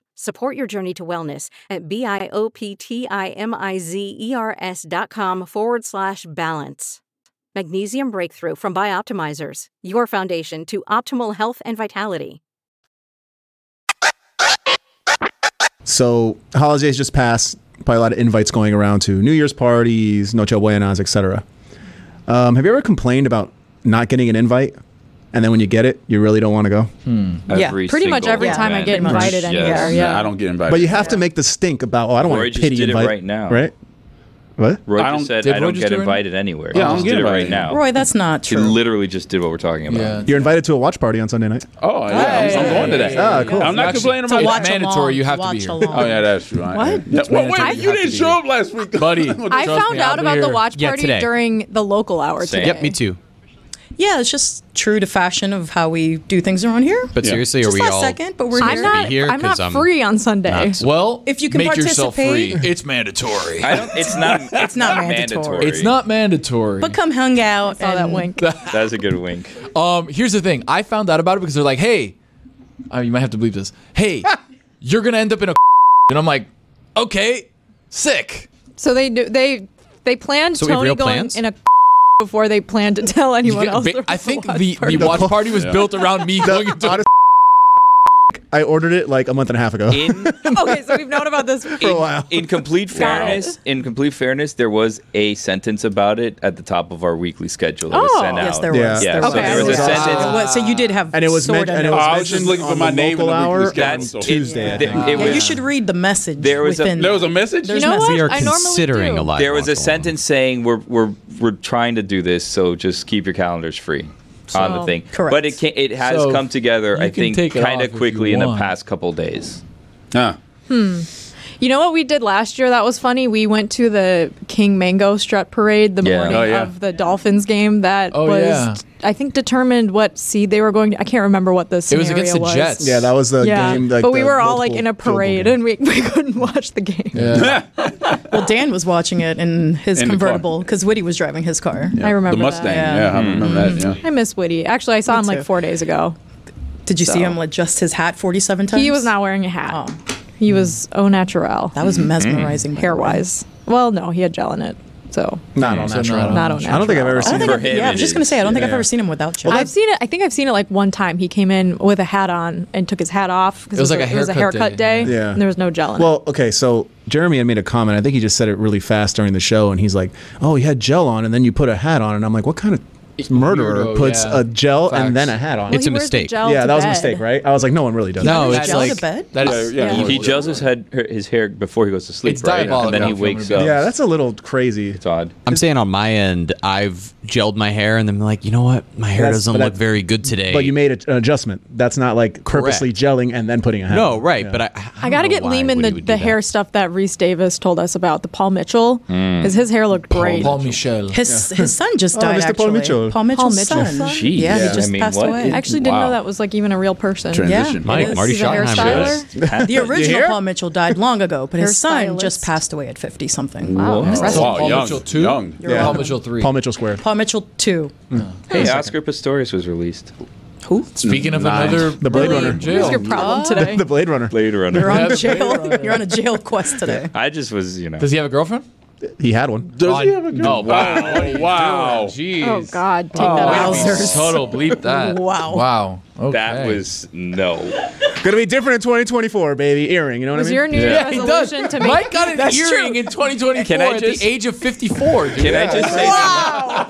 Support your journey to wellness at B-I-O-P-T-I-M-I-Z-E-R-S E dot com forward slash balance. Magnesium Breakthrough from Bioptimizers, your foundation to optimal health and vitality. So holidays just passed. Probably a lot of invites going around to New Year's parties, Noche Buenas, etc. Um, have you ever complained about not getting an invite, and then when you get it, you really don't want to go? Yeah, pretty much single every time I get event. invited Yes. anywhere, No, yeah. I don't get invited. But you have to make the stink about. Oh, I don't Roy want to just pity did it invite right now. Right? What? Roy I just don't- said, did I Roy don't just get do it? invited anywhere. Yeah, I He don't just get did it right invited. now. Roy, that's not He true. literally just did what we're talking about. Yeah. You're invited to a watch party on Sunday night. Oh, yeah, I'm- I'm, going to that. Ah, cool. I'm not Actually, complaining to about watch that. it. mandatory, you have to watch be here. along. Oh yeah, that's true. I- What? Yeah, well, mandatory, wait, you you have to didn't be show here. up last week, Buddy. I Trust found me, I'll out be about the here. watch Yeah, party today. during the local hour Same. today. Yep, me too. Yeah, it's just true to fashion of how we do things around here. But Yeah. seriously, Just are we last all second, but we're I'm supposed here. to be not. here? I'm 'Cause not free on Sunday. Well, If you can make yourself free. participate- It's mandatory. I don't, it's not. it's not mandatory. It's not mandatory. But come hung out. Saw that and- wink. That's a good wink. Um, here's the thing. I found out about it because they're like, "Hey, uh, you might have to believe this. Hey, you're gonna end up in a," and I'm like, "Okay, sick." So they do, they they planned So we have Tony real going plans? in a before they planned to tell You anyone get- else. ba- there I was a think watch the, party. the watch The- party was built around me going into Honest- I ordered it like a month and a half ago. In okay, so we've known about this. For a while. in complete fairness, in complete fairness, there was a sentence about it at the top of our weekly schedule that was Oh. sent out. Yes, there Yeah. was. Yeah, There so was. there was There a was. sentence- It was- So you did have. And it was sorta meant- and it notice. was I was just mentioned looking for on my the name in the local weekly hour. schedule. That's So- Tuesday, I It, think. it Yeah, was, you should read the message. There was a- within There was a message. You know message. what? We are I normally considering do. a lot. there was a sentence saying we're we're we're trying to do this, so just keep your calendars free on the So- thing. Correct. But it can, it has So come together, you I can think, take it kind off if of you quickly in the want. past couple days. Huh. Hmm. You know what we did last year that was funny? We went to the King Mango Strut Parade the Yeah. morning Oh, yeah. of the Dolphins game. That Oh, was, yeah. I think, determined what seed they were going to. I can't remember what the It scenario was against the Jets. Yeah, that was the Yeah, game. Like, but we the were all like multiple in a field goal parade game. and we, we couldn't watch the game. Well, Dan was watching it in his In the car. convertible because Woody was driving his car. I remember the that, Mustang. yeah. yeah. I remember that. Yeah. I miss Woody. Actually, I saw Me him like too. four days ago. Did you see So- him adjust his hat 47 times? He was not wearing a hat. He was au naturel, That was mesmerizing. by the way. hair wise. Well, no, he had gel in it. So Not on So natural. Not on I don't think I've ever natural. seen I don't think I've- yeah, I was just gonna say I don't think I've Yeah. ever seen him without Chip. I've seen it. I think I've seen it like one time. He came in with a hat on and took his hat off because It was like a it was a haircut haircut day. day. Yeah. and there was no gel in it. Well, okay, so Jeremy had made a comment. I think he just said it really fast during the show, and he's like, "Oh, you had gel on, and then you put a hat on," and I'm like, "What kind of murderer Weirdo, puts yeah. a gel and then a Facts. hat on?" Well, It's he a wears the mistake. gel Yeah, to that was a bed. mistake, right? I was like, "No one really does." No, that. it's Gel to like- bed? that is- Yeah. He, he gels his head, her- his hair before he goes to sleep, It's right? diabolical. And then he wakes up. Yeah, that's a little crazy. It's odd. I'm saying on my end, I've gelled my hair and then been like, you know what? My hair That's- doesn't but look that- very good today. But you made a- an adjustment. That's not like purposely gelling and then putting a hat. no, on. right. Yeah. But I, I, I gotta get Lehman the, the hair stuff that Reese Davis told us about the Paul Mitchell Mm. because his hair looked great. Michel. His his son just Oh, died. Mr. actually. Paul Mitchell. Paul Paul Mitchell's Mitchell's son? son. Jeez. Yeah, he Yeah. just I mean, passed what? away. I actually didn't Wow. know that was like even a real person. Transition. Mike, It is. Marty He's a Schottenheimer hairstyler. just happened. The You original hear? Paul Mitchell died long ago, but his son Hairstylist. just passed away at fifty something. Wow. Wow. Impressive. Wow, Paul young, Mitchell two? young. You're Yeah. welcome. Paul Mitchell three. Paul Mitchell squared. Paul Mitchell two. Hmm. Hey, Oscar Pistorius was released. Who? Speaking of another the Blade really Runner. jail. What's your problem today? the Blade Runner. Blade Runner. You're on jail. You're on a jail quest today. I just was, you know. Does he have a girlfriend? He had one. Does he have a girlfriend? Oh, wow. Wow. What are you Wow. doing? Jeez. Oh God, take Oh, that way to out. be Subtle bleep that. Wow. Wow. Okay. That was no. Gonna be different in 2024, baby. Earring. You know what Was I mean? your New Year's Yeah, he does. resolution to make Mike got an That's earring true. in 2024 Can I at just- the age of 54. Dude. Can I just say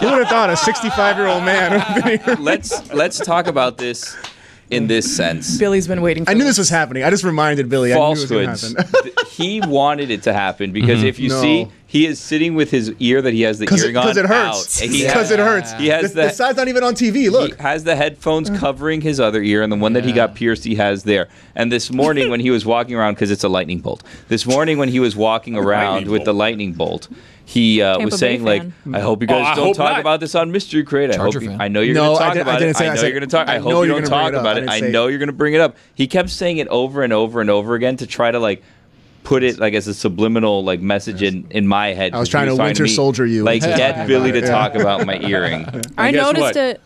You would have thought a 65 year old man. let's let's talk about this in this sense. Billy's been waiting. I knew this was happening. I just reminded Billy. Falsehoods. Th- he wanted it to happen because Mhm. if you No. see, he is sitting with his ear that he has the Because it, earring on 'cause it hurts. out. And he Because has- it hurts. He has the, the side's not even on TV. Look. Mm. He has the headphones covering his other ear, and the one that he got pierced, he has there. And this morning, when he was walking around, because it's a lightning bolt. This morning, when he was walking around with the lightning bolt, he uh, Tampa was Bay fan. saying like, "I hope you Oh, guys I don't hope talk not. about this on Mystery Crate. I Charger hope you, fan. I know you're No, going I to talk didn't- I about didn't it. say- I I know said- you're going to talk. I, I know hope you you're don't gonna bring talk it up. I about it. didn't I say- know you're going to bring it up." He kept saying it over and over and over again to try to like. Put it like as a subliminal like message in in my head. I was 'cause he trying to talking Winter me, Soldier you Like into talking get about Billy it, to yeah. talk about my earring. I noticed it.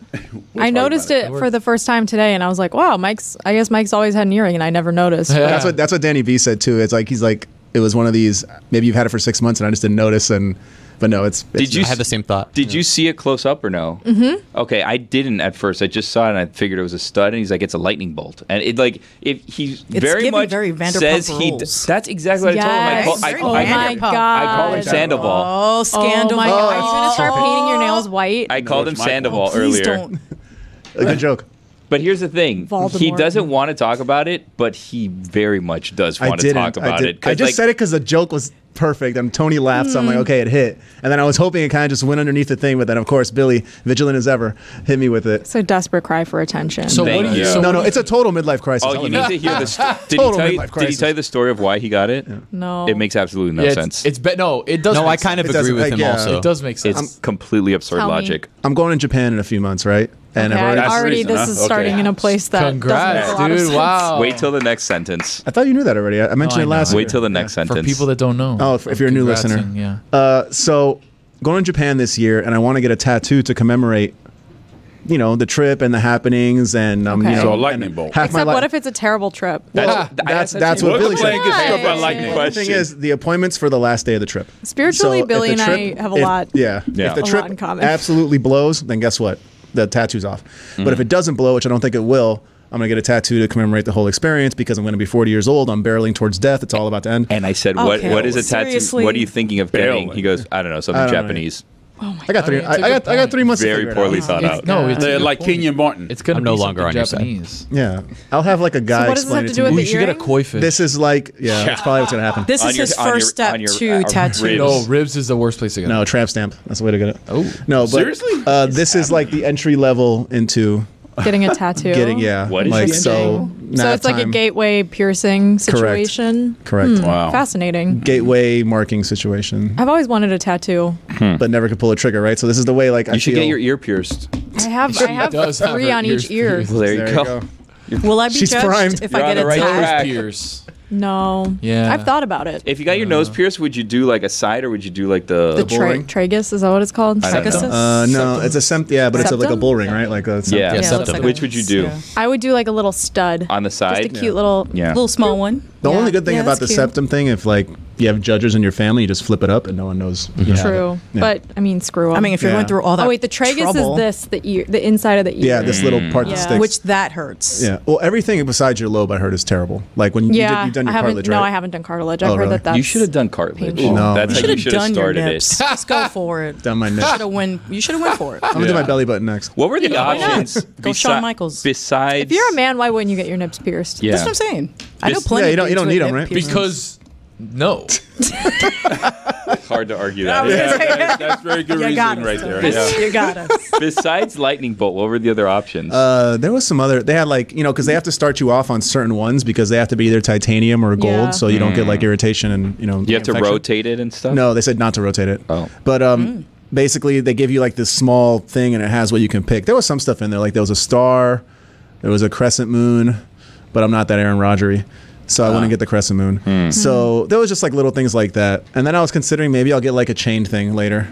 I noticed it for the first time today, and I was like, "Wow, Mike's." I guess Mike's always had an earring, and I never noticed. That's what that's what Danny V said too. It's like he's like it was one of these. Maybe you've had it for six months and I just didn't notice. And but no, it's. it's Did you have the same thought? Did you see it close up or no? Mhm. Mm-hmm. Okay, I didn't at first. I just saw it and I figured it was a stud. And he's like, it's a lightning bolt. And it like if he very giving much very Vanderpump says he. d- Rules. that's exactly what I Yes. Oh told him. I Very call, I, I, Vanderpump. I, call him Sandoval. Oh, scandal! Oh my God. Are you gonna start Oh. painting your nails white? I called him Sandoval please earlier. don't. a good joke. But here's the thing: he Voldemort. doesn't want to talk about it, but he very much does I want to didn't. talk I, about did. it. 'cause, I just like, oh, said it because the joke was perfect, and Tony laughed. So I'm like, Mm. okay, it hit. And then I was hoping it kind of just went underneath the thing, but then of course Billy, vigilant as ever, hit me with it. It's a desperate cry for attention. Thank you. no, no, it's a total midlife crisis. Oh, you need to hear the. St- did, he Total tell you, midlife did he crisis. tell you the story of why he got it? No. It makes absolutely no Yeah, it's- sense. It's bet. No, it does. No, make I kind sense. of It doesn't- agree with him yeah. also. It does make sense. It's completely absurd Tell me. logic. I'm going to Japan in a few months, right? And Okay, I've already. already this is starting in a place that doesn't make Congrats, a lot of dude. sense. Wow. Wait till the next sentence. I thought you knew that already. I I mentioned it last. Wait till the next For sentence. people that don't know. Oh, if, if you're a new Congrats listener. and- yeah. Uh, so going to Japan this year, and I want to get a tattoo to commemorate, you know, the trip and the happenings, and um, Okay. you know, So a lightning and bolt. Half my Except life. what if it's a terrible trip? Well, that's that's you. what What's Billy the said. plan gets struck by lightning? The thing Question. is, the appointments for the last day of the trip. Spiritually, if Billy the and I trip- have a if- lot- Yeah. Yeah. If a the lot trip in common. absolutely blows, then guess what? The tattoo's off. But if Mm. Mhm. it doesn't blow, which I don't think it will, I'm gonna get a tattoo to commemorate the whole experience because I'm gonna be 40 years old. I'm barreling towards death. It's all about to end. And I said, "What? What is a tattoo? What are you thinking of getting?" He goes, "I don't know, something I don't know. Japanese." I got Oh, three. I, I got. I got three months. Very to figure it poorly out. thought out. no, it's a They're good like point. Kenyon Martin. It's gonna I'm be no longer something on your side. Japanese. Yeah, I'll have like a guy. what does this have explain to it do me. with Ooh, the you should get a earring? koi fish. This is like, yeah, that's probably what's gonna happen. This is his first step to uh, tattoo. No, ribs is the worst place to go. No, tramp stamp. That's the way to get it. Oh, no, but Seriously? uh, this is like the entry level into Getting a tattoo. getting. Yeah, What is like this so? So nap it's like a time, gateway piercing situation. Correct. Hmm, Fascinating. Gateway marking situation, I've always wanted a tattoo. but never could pull a trigger. Right. So this is the way. Like I Hmm. You should feel- get your ear pierced. I have I have does have three her on each ears ear. Well, there you There you go. go. Will I be She's judged primed. if You're I on get the a right tattoo? track. Pierce. No. Yeah. I've thought about it. If you got your nose pierced, would you do like a side or would you do like the The tra- tragus, is that what it's called? I don't know. Tragus? Uh, no, it's a sept. Yeah, but it's a, like a Septum? bull ring, right? Like a Yeah, Yeah, it looks like a- Which would you do? I would do like a little stud. On the side? Just a cute little, Yeah. little small one. The only good thing Yeah, about the that's cute. septum thing, if like you have judges in your family, you just flip it up and no one knows. you have it. True, Yeah. but I mean, screw 'em. I mean, if you're Yeah. going through all that Oh wait, the tragus trouble- is this the ear, the inside of the ear. Yeah, this little Mm. part that sticks. Which that hurts. yeah. Well, everything besides your lobe, I heard, is terrible. Like when you Yeah, you did, you've done I your haven't- cartilage, No, right? I haven't done cartilage. I've Oh, heard really? that that's You should've done cartilage. painful. No, That's man. how you should have started it. Just go for it. Down my You neck. should have went. You should have went for it. I'm gonna do my belly button next. What were the Yeah, why not? options? Go Shawn besi- Michaels. Besides, If you're a man, why wouldn't you get your nips pierced? Yeah. That's what I'm saying. I know plenty Yeah, you of don't- you dudes don't with need 'em, nip right? piercings. Because no. hard to argue Yeah, that. I was gonna say- that's, that's very good You got reasoning us. right there. Bes- Yeah. Besides lightning bolt, what were the other options? Uh, there was some other. They had like you know because they have to start you off on certain ones because they have to be either titanium or gold, Yeah. so you don't get Mm. like irritation and you know. you have to Um, infection. rotate it and stuff. No, they said not to rotate it. Oh. But um, Hmm. basically, they give you like this small thing, and it has what you can pick. There was some stuff in there, like there was a star, there was a crescent moon, but I'm not that Aaron Rodgery, so I Ah. wouldn't get the crescent moon. Hmm. Hmm. So there was just like little things like that, and then I was considering maybe I'll get like a chain thing later.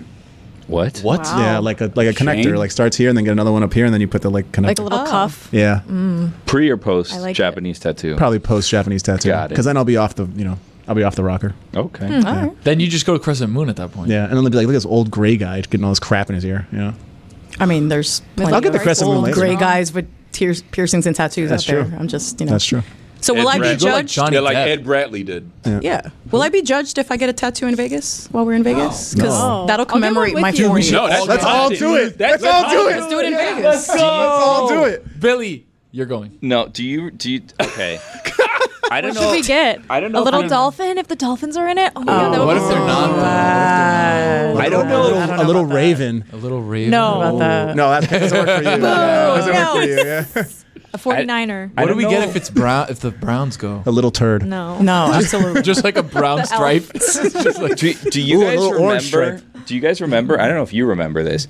What? What? Wow. Yeah, like a like a connector, Chain? like starts here and then get another one up here, and then you put the like connector. Like a little cuff. yeah. Mm. Pre or post I like it. Japanese tattoo? Probably post Japanese tattoo. Got it. Because then I'll be off the you know I'll be off the rocker. Okay. Hmm, all right. Then you just go to Crescent Moon at that point. Yeah, and then they'll be like, look at this old gray guy getting all this crap in his ear. Yeah. I mean, there's. I'll plenty get the of Crescent Moon old laser. gray guys with tears, piercings and tattoos That's out there. true. I'm just, you know. That's true. So will I be judged? yeah, like Ed Bradley did. Yeah. Will I be judged if I get a tattoo in Vegas while we're in Vegas? Because Oh, No. I'll that'll get one commemorate with my you. four years. No, that's- Let's all do it. Let's all do it. Let's do it in Yeah, Vegas. let's go. Let's all do it. Billy, you're going. No. Do you? Do you? Okay. I don't What know. should we get? I don't know. A if little I'm- dolphin if the dolphins are in it. Oh my god, that would What be if so they're not? though? I don't know. A little, a little raven. Oh. A little raven. No. About that. No, that doesn't work for you. Yeah, that doesn't work for you. Yeah. a 49er. What do we get if it's brown? If the Browns go, a little turd. No. No, absolutely. just like a brown The elf. stripe. Just like- do, do you Ooh, a guys little remember? orange Do you guys remember? I don't know if you remember this.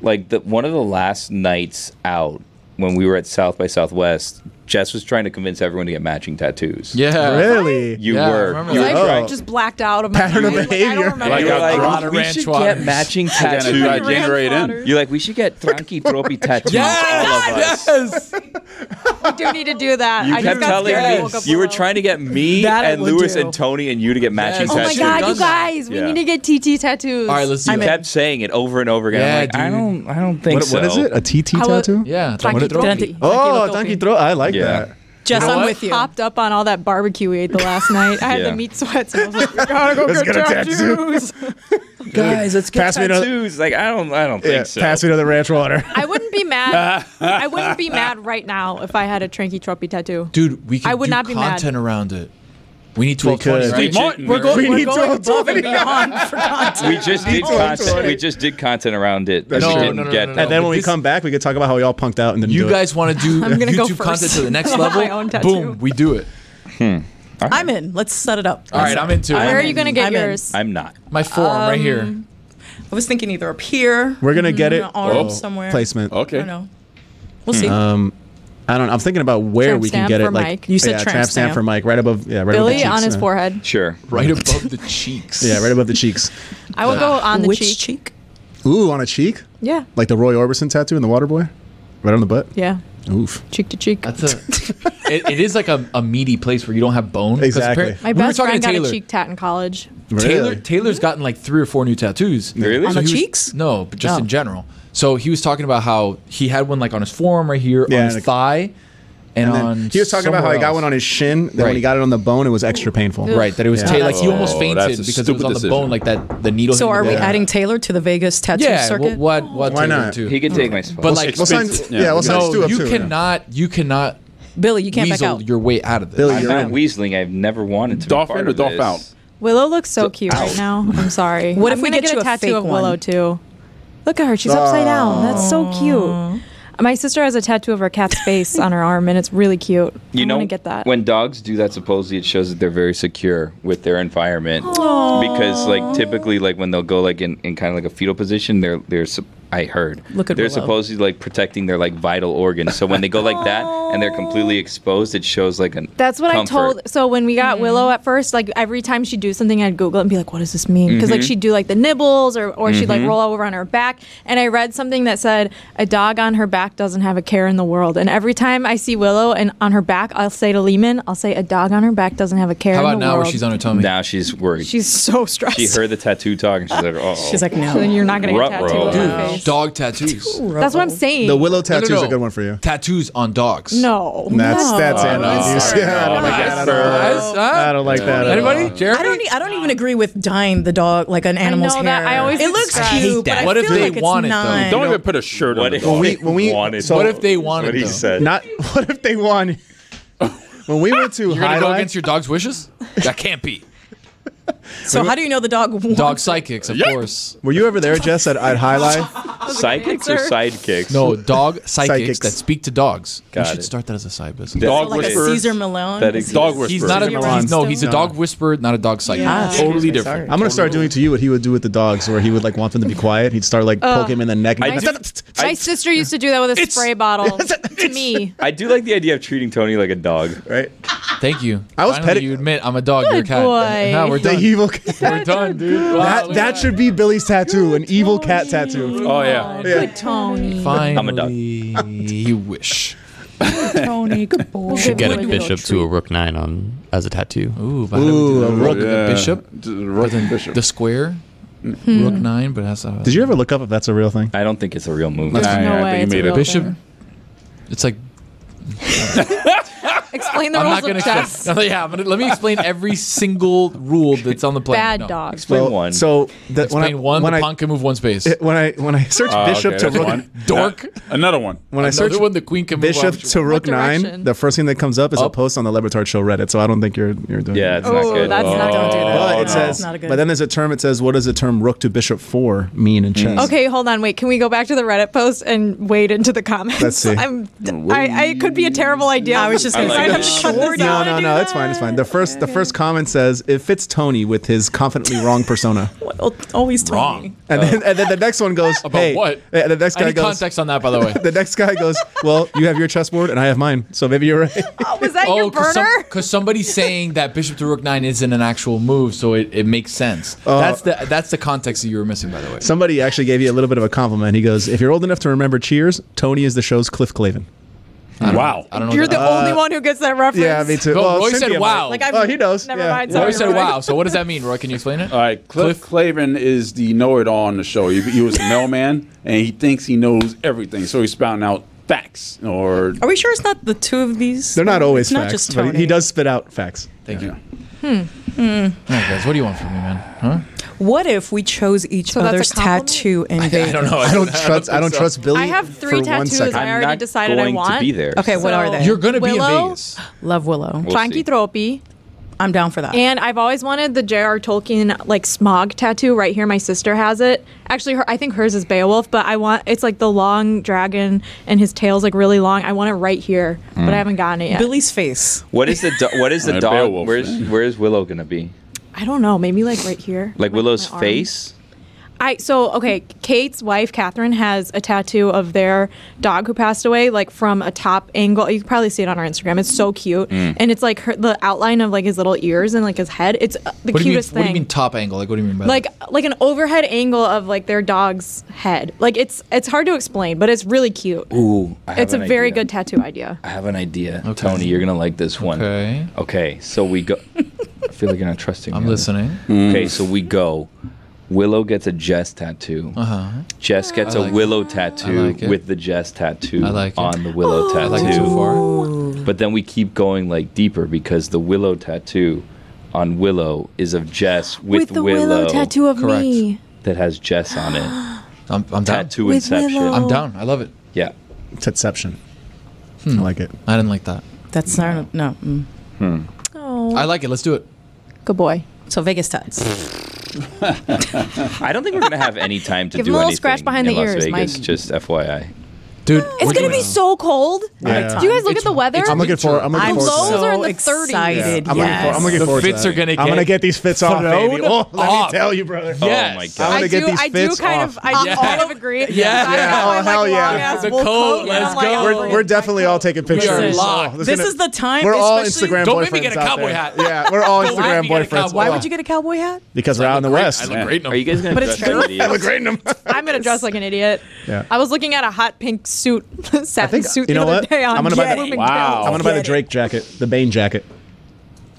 Like the one of the last nights out when we were at South by Southwest, Jess was trying to convince everyone to get matching tattoos. Yeah. Really? You Yeah, I were. remember You I were trying- just blacked out of my pattern of behavior. Like, Like you're a like drunk we ranch should waters. get matching We're gonna tattoos. try to generate in. You're like we should get Tranqui Propi tattoos. all of us. yes. I do need to do that. You I just kept got telling scared. and me woke up you were alone. trying to get me That I and would Lewis do. and Tony and you to get matching Oh my tattoos. god, you guys, we Yeah. need to get TT tattoos. All right, let's do I'm it. in. kept saying it over and over again. Yeah, I'm like, I dude. don't, I don't think what, so. What is it? A TT I would- tattoo? Yeah. Tranqui What- Tropi. Oh, Tranqui Tanky Throw. I like Yeah. that. Jess, know I'm what? with you. Popped up on all that barbecue we ate the last night. I had Yeah. the meat sweats. And I was like, we gotta go Let's get, get a tattoo. tattoos. guys, let's get Pass me another- tattoos. like, I don't, I don't Yeah, think so. Pass me another ranch water. I wouldn't be mad. I wouldn't be mad right now if I had a Tranky Troppy tattoo. Dude, we can I would do not be mad. content around it. We need We twelve could. twenty. We Right? Martin, We're, go- We we're need going to- above and beyond for content. we just did content. We just did content around it. that That's we true. didn't No, no, no, get no, that. and then but when we this- come back, we could talk about how we all punked out and then You guys want to do I'm gonna go YouTube first. content to the My next level? own tattoo. Boom, we do it. Hmm. I'm in. Let's set it up. All right, I'm into Where it. are you gonna get I'm in. Um, yours? Um, I'm not. My forearm right here. I was thinking either up here. We're gonna get mm, it. Arm Oh. somewhere. placement. I Okay. don't know. We'll see. Um, I don't. know. I'm thinking about where Tramp we can stamp get it. for Like Mike. You said yeah, tramp stamp stamp. for Mike, right above. Yeah, right above the Billy cheeks, on his yeah. forehead. Sure. Right above the cheeks. Yeah, right above the cheeks. Uh, I will go on the Which cheek. cheek? Ooh, on a cheek, Yeah, like the Roy Orbison tattoo in the Water Boy, right on the butt. yeah, Oof. cheek to cheek. That's a. it, it is like a, a meaty place where you don't have bone. 'Cause Exactly. apparent- My we were best talking friend to got Taylor. a cheek tat in college. Taylor Really? Taylor's gotten like three or four new tattoos. Really? On the he was- cheeks? No, but just Oh. in general. So he was talking about how he had one like on his forearm right here, Yeah, on his and- thigh, and, And then on. he was talking about how he somewhere got else. one on his shin. Then when Right. he got it on the bone, it was extra painful. Right, that it was Yeah. ta- like he almost Oh, fainted that's a because it was stupid on the decision. bone, like that the needle. So hit are the we bone. adding Taylor to the Vegas tattoo Yeah, circuit? Oh. wh- what what Why Taylor not? too? He could take my spot. But like, We'll sign, yeah, we'll sign no, Stu up you too. cannot you cannot Billy, you can't weasel back out. your way out of this. Billy, I'm you're not in. weaseling. I've never wanted to. Dolphin be part or of dolphin this. out? Willow looks so cute right now. I'm sorry. What I'm if we gonna get you a a tattoo fake of Willow one? too? Look at her. She's upside down. That's so cute. My sister has a tattoo of her cat's face on her arm, and it's really cute. You I know, want to get that. when dogs do that, supposedly it shows that they're very secure with their environment because, like, typically, like when they'll go like in, in kind of like a fetal position, they're they're. sup- I heard. Look at they're Willow. supposedly like protecting their like vital organs. So when they go like that and they're completely exposed, it shows like an. That's what I comfort. told. So when we Mm-hmm. got Willow at first, like every time she'd do something, I'd Google it and be like, "What does this mean?" Because like Mm-hmm. Mhm. she'd do like the nibbles, or or she'd like Mhm. roll over on her back. And I read something that said a dog on her back doesn't have a care in the world. And every time I see Willow and on her back, I'll say to Lehman, "I'll say a dog on her back doesn't have a care." How in about the now where world. she's on her tummy? Now she's worried. She's so stressed. She heard the tattoo talk and she's like, oh. She's like, no. So then you're not gonna get tattooed on Dude, your face. dog tattoos. That's what I'm saying. The willow tattoo is a good one for you. Tattoos on dogs. No. That's- that's Oh, animal no. abuse. Yeah, I don't like that at Guys, all. huh? I don't like that at all. Anybody? Jeremy? I don't. e- I don't even agree with dyeing the dog like an animal's know that. hair. I always it get looks stressed. cute, I hate but that. I What if feel they like it's want it, though? not. Don't even put a shirt on. What the if- dog. When we- when we- Wanted. so- What if they wanted What he though? said. Not what if they wanted? When we went to You're gonna go highlight- against your dog's wishes? That can't be. So how do you know the dog? Wants Dog psychics, of course. Were you ever there, Jess? At, at High Life? Psychics or sidekicks? No, dog psychics, Psychics. that speak to dogs. Got you should it. start that as a side business. Dog like a whisperers. Caesar Malone? That Is he- dog He's not a Caesar he's, no. He's a Malone. dog whisperer, not a dog psychic. Yeah. Totally different. I'm gonna start doing to you what he would do with the dogs, where he would like want them to be quiet. He'd start like Uh, poke him in the neck. And I do- My sister used to do that with a spray bottle. to me, I do like the idea of treating Tony like a dog. right? Thank you. I was Finally, petting- You admit I'm a dog. you're a cat. boy. Now we're The done. evil. We're done, dude. Wow, That look that should be Billy's tattoo, an evil cat tattoo. Oh yeah. good Tony. Finally, I'm a dog. you wish. Tony, good boy. Should Get a bishop to a rook nine on as a tattoo. Ooh, but how do we do Ooh, that? a rook, and Yeah. the bishop, D- Rook and bishop. the square, rook nine, but that's not. Hmm. Did you ever look up if that's a real thing? I don't think it's a real movie. Nah, No yeah, I way, think you it's a made real it. bishop? thing. It's like Explain the I'm rules not gonna of chess. explain. No, yeah, I'm gonna, let me explain every single rule that's on the plane. Bad no. dog. Explain Well, one. So that when Explain I one. when the I pawn can move one space. it- when I when I search Oh, bishop okay, to that's rook one. Dork. Another one. when I Another search one. The queen can move bishop one. to rook nine, direction? the first thing that comes up is a Up. post on the Libertard Show Reddit. So I don't think you're you're doing. yeah, that. it's not good. that's not Don't do that. But No, it says, that's not a good. but then there's a term. It says, what does the term rook to bishop four mean in chess? Okay, hold on. Wait, can we go back to the Reddit post and wade into the comments? Let's see. I'm, I, I could be a terrible idea. I was just gonna say, have to cut this No, out. no, no. It's fine. It's fine. The first, the first comment says, it fits Tony with his confidently wrong persona. Well, always Tony. Wrong. And then, and then the next one goes, About hey, what? and the next guy Any goes, context on that, by the way? the next guy goes, well, you have your chessboard and I have mine, so maybe you're right. Oh, was that your burner? because somebody's saying that bishop to rook nine isn't an actual move, so it, it makes sense. Uh, that's the that's the context that you were missing, by the way. Somebody actually gave you a little bit of a compliment. He goes, if you're old enough to remember Cheers, Tony is the show's Cliff Clavin. Wow. I don't know. You're the that- only one who gets that reference. Yeah, me too. No, Well, Roy said Cynthia might. wow. Like, I've oh, he knows. never yeah. mind, Yeah. sorry. Roy said Roy. wow. So what does that mean, Roy? Can you explain it? All right, Cliff, Clavin is the know-it-all on the show. He, he was the mailman, and he thinks he knows everything, so he's spouting out facts or Are we sure it's not the two of these? They're not always It's not facts, just but he- Tony. Hmm. he does spit out facts. Thank you. All right, guys. What do you want from me, man? Huh? What if we chose each So that's a other's compliment? tattoo and I don't know. I don't trust. I don't trust Billy. I have three for one tattoos second. I already not decided going I want. to be there. Okay, what are they? You're gonna be in Willow? Vegas. Love Willow. We'll see. Tropy. I'm down for that. And I've always wanted the J.R. Tolkien like smog tattoo right here. My sister has it. Actually, her I think hers is Beowulf, but I want it's like the long dragon and his tail's like really long. I want it right here, Mm. but I haven't gotten it yet. Billy's face. What is the do- what is the Uh, dog? Beowulf, where's man. where's Willow gonna be? I don't know, maybe like right here. Like Willow's my arm. face? I so okay. Kate's wife Catherine has a tattoo of their dog who passed away, like from a top angle. You can probably see it on our Instagram. It's so cute, Mm. and it's like her, the outline of like his little ears and like his head. It's uh, the What do you mean? cutest What do you thing. mean top angle? Like what do you mean by like that? like an overhead angle of like their dog's head. Like it's it's hard to explain, but it's really cute. Ooh, I have it's a an very idea. good Hmm. tattoo idea. I have an idea, Tony. You're gonna like this one. Okay. Okay. So we go. I feel like you're not trusting me. I'm on this. listening. Okay, so we go. Willow gets a Jess tattoo. Uh-huh. Jess gets like a it. Willow tattoo like it. with the Jess tattoo I like it. Oh. on the Willow I tattoo. like it so far. But then we keep going like deeper because the Willow tattoo on Willow is of Jess with, the willow, tattoo of Correct. me. that has Jess on it. I'm, I'm down. tattoo With inception. Willow. I'm down. I love it. Yeah. Tetception. I like it. I didn't like that. That's not no. mm. Oh, I like it. Let's do it. good boy. So Vegas tats. I don't think we're gonna have any time to Give do him a little anything scratch behind in the Las ears, Vegas. Mike. Just FYI. dude. It's we're gonna doing be it. so cold. Yeah. Do you guys look at the weather? I'm looking for. I'm looking I'm forward. lows to that. are in the Yeah, 30s. I'm looking for. I'm looking The forward. to fits that. are gonna I'm gonna get get these fits off, baby. thrown Oh, let off. me tell you, brother. Yes. Oh, my God. I'm gonna I get do- these I do fits kind off. of- I I kind of agree. Yeah. I Yeah. have my, Oh, hell like, yeah. long-ass The wool coat, and let's I'm like, go. I'm We're, we're definitely all taking We are pictures. locked. there's This is the time, We're all especially- Instagram Don't boyfriends. make me get a out cowboy there. hat. Yeah, we're all Don't make Instagram me get a boyfriends. cowboy Why hat. would you get a cowboy hat? Because we're out in the I west. look great in Are you guys gonna But it's dress true. like I look idiots? great in them. I'm gonna dress like an idiot. Yeah. I was looking at a hot pink suit, satin think- suit you the know other what? day on I'm gonna buy the- Bloomingdale's. Wow. I'm gonna buy the Drake jacket, the Bane jacket,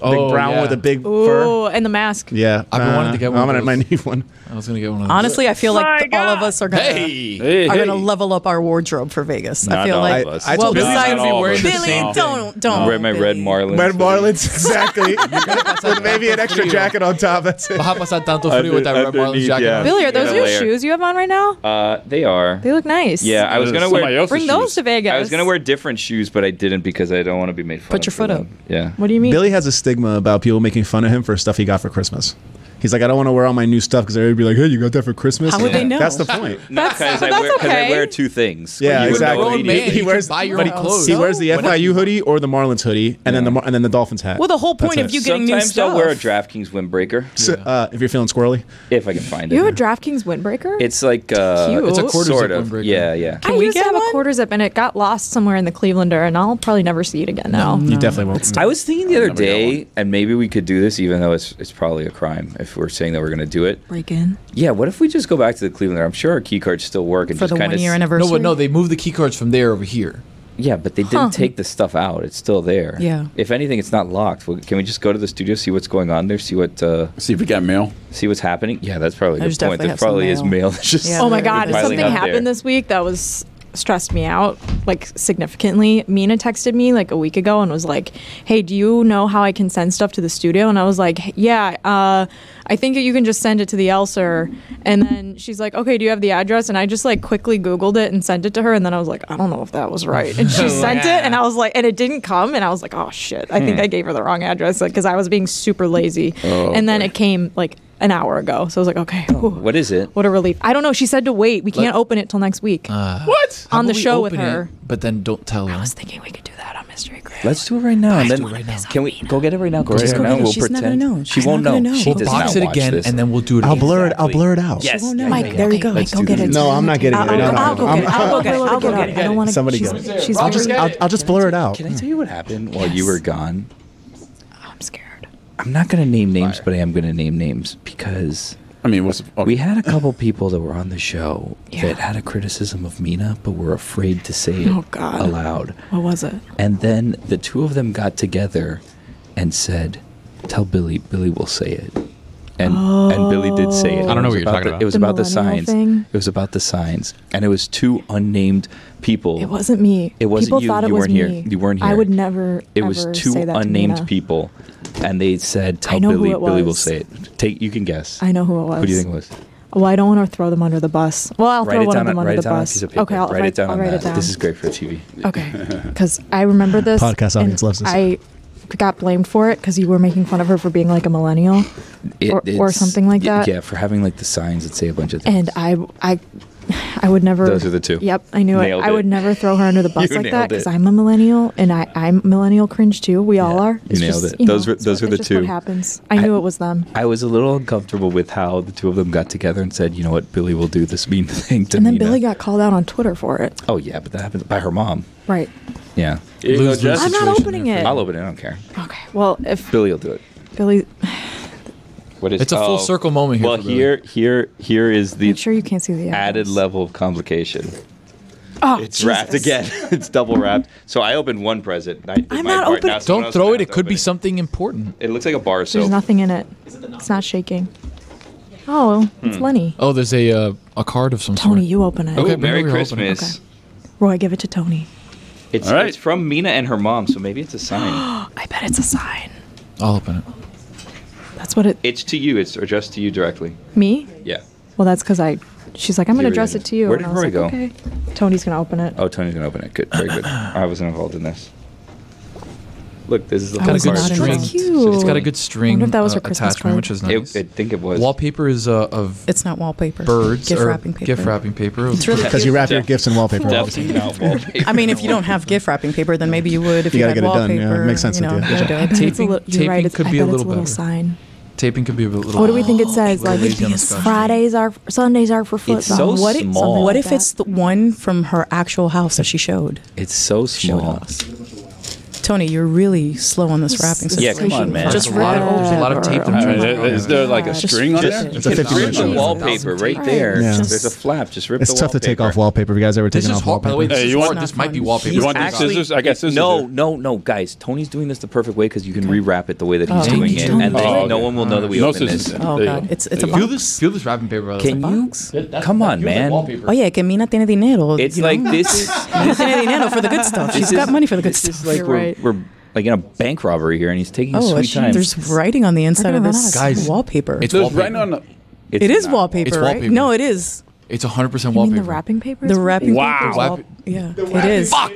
big brown Oh, yeah. with a big fur. Ooh, and the mask. Oh, Yeah, I've been wanting to get one I'm of gonna those. my new one. I was gonna get one of those. Honestly, I feel like all of us are gonna hey, Hey, are hey. gonna level up our wardrobe for Vegas. I Not feel all like of us. I well, told you- Not besides all of us. Billy, No. don't don't Wear my red Billy. marlins. Red for the- Marlins, exactly. with maybe an extra jacket on top. That's it. baja pasar tanto frío with that red Marlins Underneath, jacket. yeah. on. Billy, are those Gotta your layer. shoes you have on right now? Uh, they are. They look nice. Yeah, I was gonna Somebody wear. else's Bring shoes. those to Vegas. I was gonna wear different shoes, but I didn't because I don't want to be made fun. Put of your for foot them. up. Yeah. What do you mean? Billy has a stigma about people making fun of him for stuff he got for Christmas. He's like, I don't want to wear all my new stuff because everybody'd be like, Hey, you got that for Christmas? How would they know? That's the point. Not because I that's wear because I okay. wear two things. Yeah, You would know exactly. Grown He- man, he you can wears- buy your but own he- clothes. He wears the Whatever. FIU hoodie or the Marlins hoodie, and then the Mar- and then the Dolphins hat. Well, the whole point That's of it. you getting new Sometimes stuff. I'll wear a DraftKings windbreaker So, uh, if you're feeling squirrely, if I can find You have it. a DraftKings windbreaker? It's like uh, Cute. It's a quarter sort zip of. windbreaker. Yeah, yeah. I we used to get have a one? quarter zip and it got lost somewhere in the Clevelander, and I'll probably never see it again now. you definitely won't. I was thinking the other day, and maybe we could do this, even though it's it's probably a crime if we're saying that we're going to do it. break in Yeah, what if we just go back to the Cleveland? I'm sure our key cards still work and for just the kind one of year anniversary. No, but no, they moved the key cards from there over here. Yeah, but they didn't take the stuff out. It's still there. Yeah. If anything, it's not locked. Well, Can we just go to the studio, see what's going on there, see what uh, See if we got mail. see what's happening? Yeah, that's probably a There's good point. definitely There have some probably is mail. mail. that's just Yeah. Oh my god, piling something up happened there. this week that was stressed me out like significantly. Mina texted me like a week ago and was like, "Hey, do you know how I can send stuff to the studio?" And I was like, "Yeah, uh, I think you can just send it to the Elser." And then she's like, "Okay, do you have the address?" And I just like quickly googled it and sent it to her and then I was like, "I don't know if that was right." And she sent it and I was like, and it didn't come and I was like, "Oh shit. I Hmm. think I gave her the wrong address like, cuz I was being super lazy." Oh, and then it came like an hour ago. So I was like, "Okay." whew. What is it? What a relief. I don't know. She said to wait. We can't Let- open it till next week. Uh, What? On the show with her. but then don't tell her. I was thinking we could do that on Mystery Crate. Let's do it right now. and then do it right now. Can we go get it right now? Go right Just now. go get it. We'll She's not pretend. gonna know. She She's won't not know. gonna know. She We'll We'll does box not it watch again, this. and then we'll do it. I'll again. blur it. I'll blur it out. Yes. won't know. yeah, Mike, yeah, there yeah. you go. Let's Mike, do go get this. it. No, I'm not getting it. I'll, No, no, I'll no. go get it. I'll go I'm- get it. I'll go get it. I don't want to. Somebody she's, get it. She's Robert, really- get I'll, I'll just blur it out. Can I tell you what happened while you were gone? I'm scared. I'm not going to name names, but I am going to name names because I mean, what's okay. we had a couple people that were on the show Yeah. that had a criticism of Mina, but were afraid to say it Oh, God. aloud. What was it? And then the two of them got together and said, "Tell Billy. Billy will say it." And and Billy did say it. I don't know It was what you're talking the- about. It was The about the millennial signs. thing? It was about the signs, and it was two unnamed people. It wasn't me. It wasn't People you. thought you it was weren't here. me. You weren't here. I would never, It was ever two say that to unnamed Mina. people, and they said, "Tell know who Billy. it Billy will was. say it. Take. You can guess. I know who it was. Who do you think it was? Well, I don't want to throw them under the bus. Well, I'll write throw it one down. of them on, under write the it down on a bus. piece of paper. Okay, I'll write it down I'll on write that. it down. This is great for TV. Okay, because I remember this. Podcast and audience loves this. I got blamed for it because you were making fun of her for being like a millennial, or, or it's- something like y- that. Yeah, for having like the signs that say a bunch of things. And I, I, I would never. Those are the two. Yep, I knew Nailed it. I it. would never throw her under the bus You like that nailed it. because I'm a millennial and I, I'm millennial cringe too. We all are. It's nailed just, it. you know, Those were- it's those what- were the it's just what two. happens. I knew it was them. I was a little uncomfortable with how the two of them got together and said, "You know what, Billy will do this mean thing to And then Mina." Billy got called out on Twitter for it. Oh yeah, but that happened by her mom. Right. Yeah, Lose, lose I'm not situation opening there it. for- I'll open it. I don't care. Okay. Well, if Billy will do it. Billy, What is? It's a full circle moment here Well, for Billy. here, here, here is the make sure you can't see the added address. level of complication. Oh, It's wrapped Jesus. again. it's double wrapped. So I opened one present. and I did I'm my not part. opening- Now someone Don't else throw might it. have It to could be open something important. It looks like a bar There's soap. nothing in it. It's not shaking. Oh, Hmm. it's Lenny. Oh, there's a uh, a card of some Tony, sort. you open it. Okay. Ooh, Merry Billy will open it. Christmas. Roy, give it to Tony. It's, All right. it's from Mina and her mom, so maybe it's a sign. I bet it's a sign. I'll open it. That's what it. it's to you. It's addressed to you directly. me? Yeah. Well, that's because I. She's like, I'm going You to dress read it it. to you. Where and did I was Roy like, go? Okay. Tony's going to open it. Oh, Tony's gonna open it. Good, very good. I wasn't involved in this. Look, this is the It's got a whole good card. string. It's got a good string if that was her uh, Christmas attachment, card. which is It- nice. I think it was. Wallpaper is uh, of It's not wallpaper. birds Gift or wrapping paper. gift wrapping paper. It's really Because you wrap your gifts in wallpaper. Definitely not wallpaper. I mean, if you don't have gift wrapping paper, then maybe you would. If You you, had gotta get it done, wallpaper, yeah. It makes sense You with know, you. how Yeah. to- I bet it's a little- you're right. taping It's, could I be a bet it's little little better. sign. Taping could be a little. what do we think it says? Little Like lazy on the scotch Fridays are Sundays are for football. It's so what What if- small. What like if that. it's the one from her actual house that she showed? It's so small. Tony, you're really slow on this wrapping Yeah, situation. come on, man. Just There's a lot wrap of- it. there's a lot of tape that I'm trying to Uh, is there like a string on Just- there? It's a just 50 rip the inch. wallpaper right there. Yeah. There's a flap. Just rip It's the tough to take wallpaper. off wallpaper. Have you guys ever This taken is off hard. By the way, wallpaper? this, Hey, is you want- hard. this might be wallpaper. You want these scissors? I got scissors. No, there. no, no, guys. Tony's doing this the perfect way because you can rewrap it the way that he's Oh. doing it, and then Oh, no okay. one will know that we No opened scissors. this. Oh There you god, go. it's it's a Feel box. this, feel this wrapping paper. brother. Can you? Come on, man. Oh yeah, que Mina tiene dinero. It's you know? like this. Mina tiene dinero for the good stuff. This She's is- got money for the good This stuff. is like You're we're, right. we're like in a bank robbery here, and he's taking his oh, sweet she- time. there's writing on the inside We're of gonna this run out of time. wallpaper. It's There's wallpaper. writing on the. It's It is not. wallpaper, It's right? wallpaper. No, it is. It's 100% You mean wallpaper. the wrapping paper? The wrapping Wow. paper. is Wrap- wall- Yeah, it is. Fuck!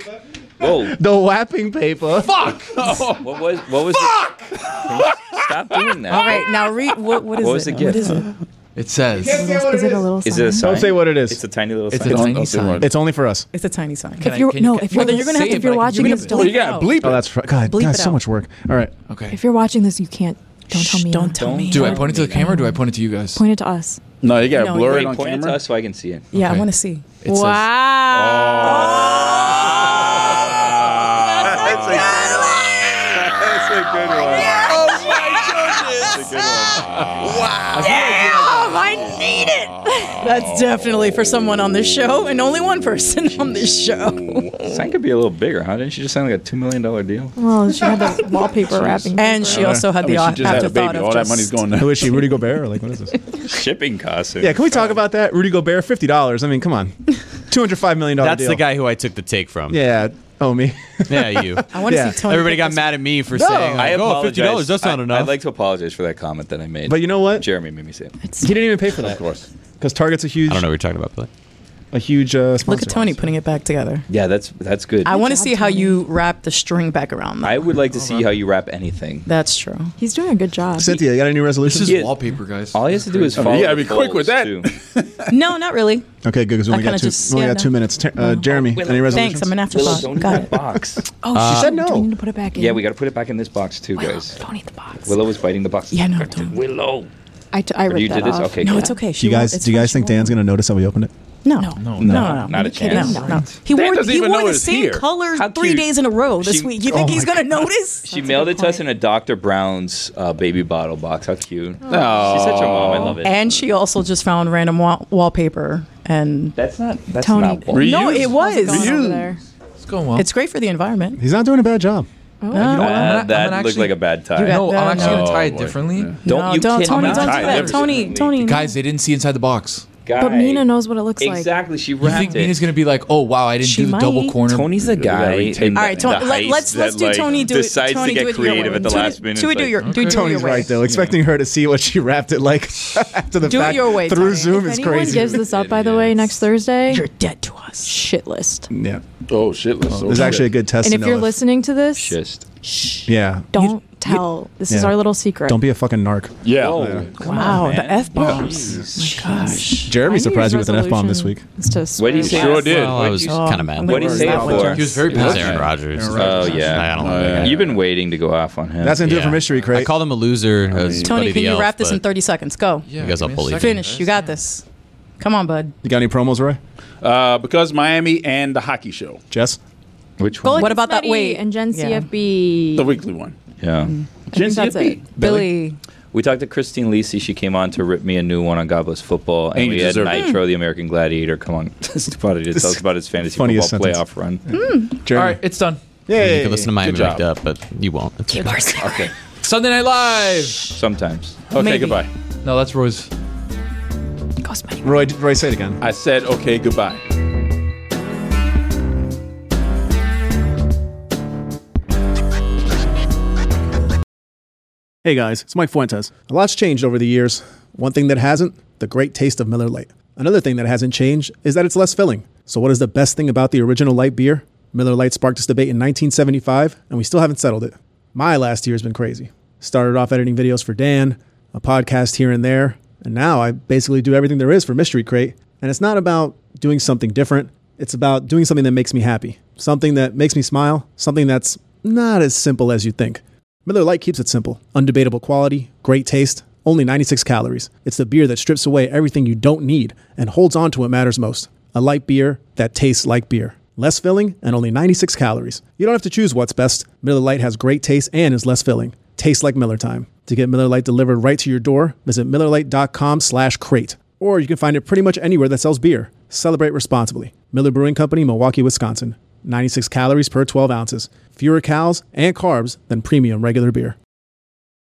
Whoa! The wrapping paper. What was? What was? Fuck! Stop doing that. All right, now read. What, what is What was it? the What is gift? it? It says. Is it a little? Is it sign? a sign? Don't say what it is. It's a tiny little It's a sign. tiny It's not- sign. It's only for us. It's a tiny sign. If you're Can I- no, can- if you're, well, then you're gonna have say to, it, if you're but I can watching bleep this, it. don't Well, you tell. gotta bleep Oh, it. that's fr- God. Bleep guys, it so out. much work. All right. Okay. If you're watching this, you can't. Don't tell me. Don't tell Don't me. Do I point it to the camera or do I point it to you guys? Point it to us. No, you gotta No, blur you- it Wait, on point it to camera. us so I can see it. Yeah, Okay. I want to see. It says- That's a good one. Oh my goodness! That's a good one. Oh, That's definitely for someone on this show and only one person on this show. Sign could be a little bigger, huh? Didn't she just sign like a two million dollar deal? Well, she had the wallpaper wrapping. And she also I had the mean, she just had a afterthought baby. of All that just- money's going there. Who is she? Rudy Gobert? Or like, what is this? Shipping costs. Yeah, can we talk about that? Rudy Gobert, fifty dollars. I mean, come on, two hundred five million dollars. That's the guy who I took the take from. Yeah, oh me. yeah, you. I want to Yeah. see Tony. Everybody pick got this mad at me for No, saying, I like, oh, fifty dollars. That's not I, enough. I'd like to apologize for that comment that I made. but you know what? Jeremy made me say it. He didn't even pay for that. Of course. because Target's a huge, I don't know what you're talking about, but a huge uh, sponsor. Look at Tony putting it back together. Yeah, that's that's good. I I want to job, see how Tony. you wrap the string back around. That. would like to see how you wrap anything. That's true. He's doing a good job. Cynthia, you got any This resolutions? is Yeah. wallpaper, guys. All he has to do is mean, follow. yeah, the be quick with that. goals, too. No, not really. Okay, good because we I only got kinda two. just- we only yeah, got two no. minutes. Ta- Uh, Jeremy, Willow, any resolutions? Thanks. I'm an Willow, afterthought. don't eat Got that it. box. Oh, she said Do we need no. to put it back in? Yeah, we got to put it back in this box too, guys. Don't eat the box. Willow was biting the box. Yeah, no, don't. Willow. I, t- I ripped you that did this? off. Okay, No, good. it's okay. She Do you won't- guys, it's do you fine. guys She think won't. Dan's gonna notice that we opened it? No, no, no, no, Not a chance. No, no. He Dan wore, doesn't he even wore know the it's same here. color How three cute. days in a row this She- week. You think he's gonna notice? She mailed it to us in a Dr. Brown's uh, baby bottle box. How cute. She's such a mom. I love it. And she also just found random wa- wallpaper, and that's not. That's Tony. not. Wall- Reuse. no, it was. Going over there. It's going well. It's great for the environment. Oh. He's not doing a bad job. No, Uh, I'm not- that I'm looked actually- like a bad tie. You got- no, No, I'm actually no. gonna tie it Oh, differently. yeah. Don't no, you don't, Tony, cannot don't tie do that. everything. Tony, Tony, Guys, they didn't see inside the box. Guy. But Mina knows what it looks like. exactly. She You wrapped think it. Mina's gonna be like, oh wow, I didn't She do the double might. corner. Tony's the guy. we take in All right, the- Tony, the let, heist let's let's that, do like, Tony do it. decides Tony, to get do it your creative way. at the Tony- last minute. Tony, It's do like, your do, do Tony's your way. right though. Expecting her to see what she wrapped it like after the Do it fact your way, through Tony. Zoom If is anyone crazy. gives this up, by the way, next Thursday, You're dead to us. shit list. yeah, Oh shit! Let's there's actually a good test. And to if know you're listening to this, Just. yeah, don't tell. this is Yeah. our little secret. don't be a fucking narc. Yeah. Wow, the f bombs. Jeremy surprised you with an f bomb this week. What do say? you say? Sure did. well, I was Oh, kind of I'm mad. gonna What'd he lose say it that one, for? Tony. He was very It was passionate. Aaron Rodgers. Oh yeah. I don't like that guy. You've been waiting to go off on him. That's gonna do it Yeah. for mystery crate. I called him a loser. It was Tony, Buddy can the you Elf, wrap this in but 30 seconds? Go. Yeah, You guys give all me a bullied. second, Finish. guys. You got this. Come on, bud. you got any promos, Roy? Uh, because Miami and the hockey show, Jess? Which Go one? like What about that Smitty weight? and Jen Yeah. CFB. the weekly one. Yeah. I think that's it. Billy. We talked to Christine Lisi. She came on to rip me a new one on God Bless Football, and, And you we had deserve it. Nitro, the American Gladiator. Come on, Stefano to tell us about his fantasy football funniest sentence. playoff run. All Hmm. Jeremy. right, it's done. you can listen to Miami Good job. Wrapped Up, but you won't. It's okay. Okay, Sunday Night Live. sometimes. Okay, Maybe. goodbye. No, that's Roy's. Go Smitty. Roy, Roy, say it again. I said okay, goodbye. Hey guys, it's Mike Fuentes. A lot's changed over the years. One thing that hasn't, the great taste of Miller Lite. Another thing that hasn't changed is that it's less filling. So, what is the best thing about the original light beer? Miller Lite sparked this debate in 1975, and we still haven't settled it. my last year has been crazy. Started off editing videos for Dan, a podcast here and there, and now I basically do everything there is for Mystery Crate. And it's not about doing something different, it's about doing something that makes me happy, something that makes me smile, something that's not as simple as you think. Miller Lite keeps it simple undebatable quality, great taste, only 96 calories. It's the beer that strips away everything you don't need and holds on to what matters most a light beer that tastes like beer. Less filling and only 96 calories. You don't have to choose what's best. Miller Lite has great taste and is less filling. Tastes like Miller time. To get Miller Lite delivered right to your door, visit MillerLite.com slash crate. Or you can find it pretty much anywhere that sells beer. Celebrate responsibly. Miller Brewing Company, Milwaukee, Wisconsin. 96 calories per 12 ounces. Fewer calories and carbs than premium regular beer.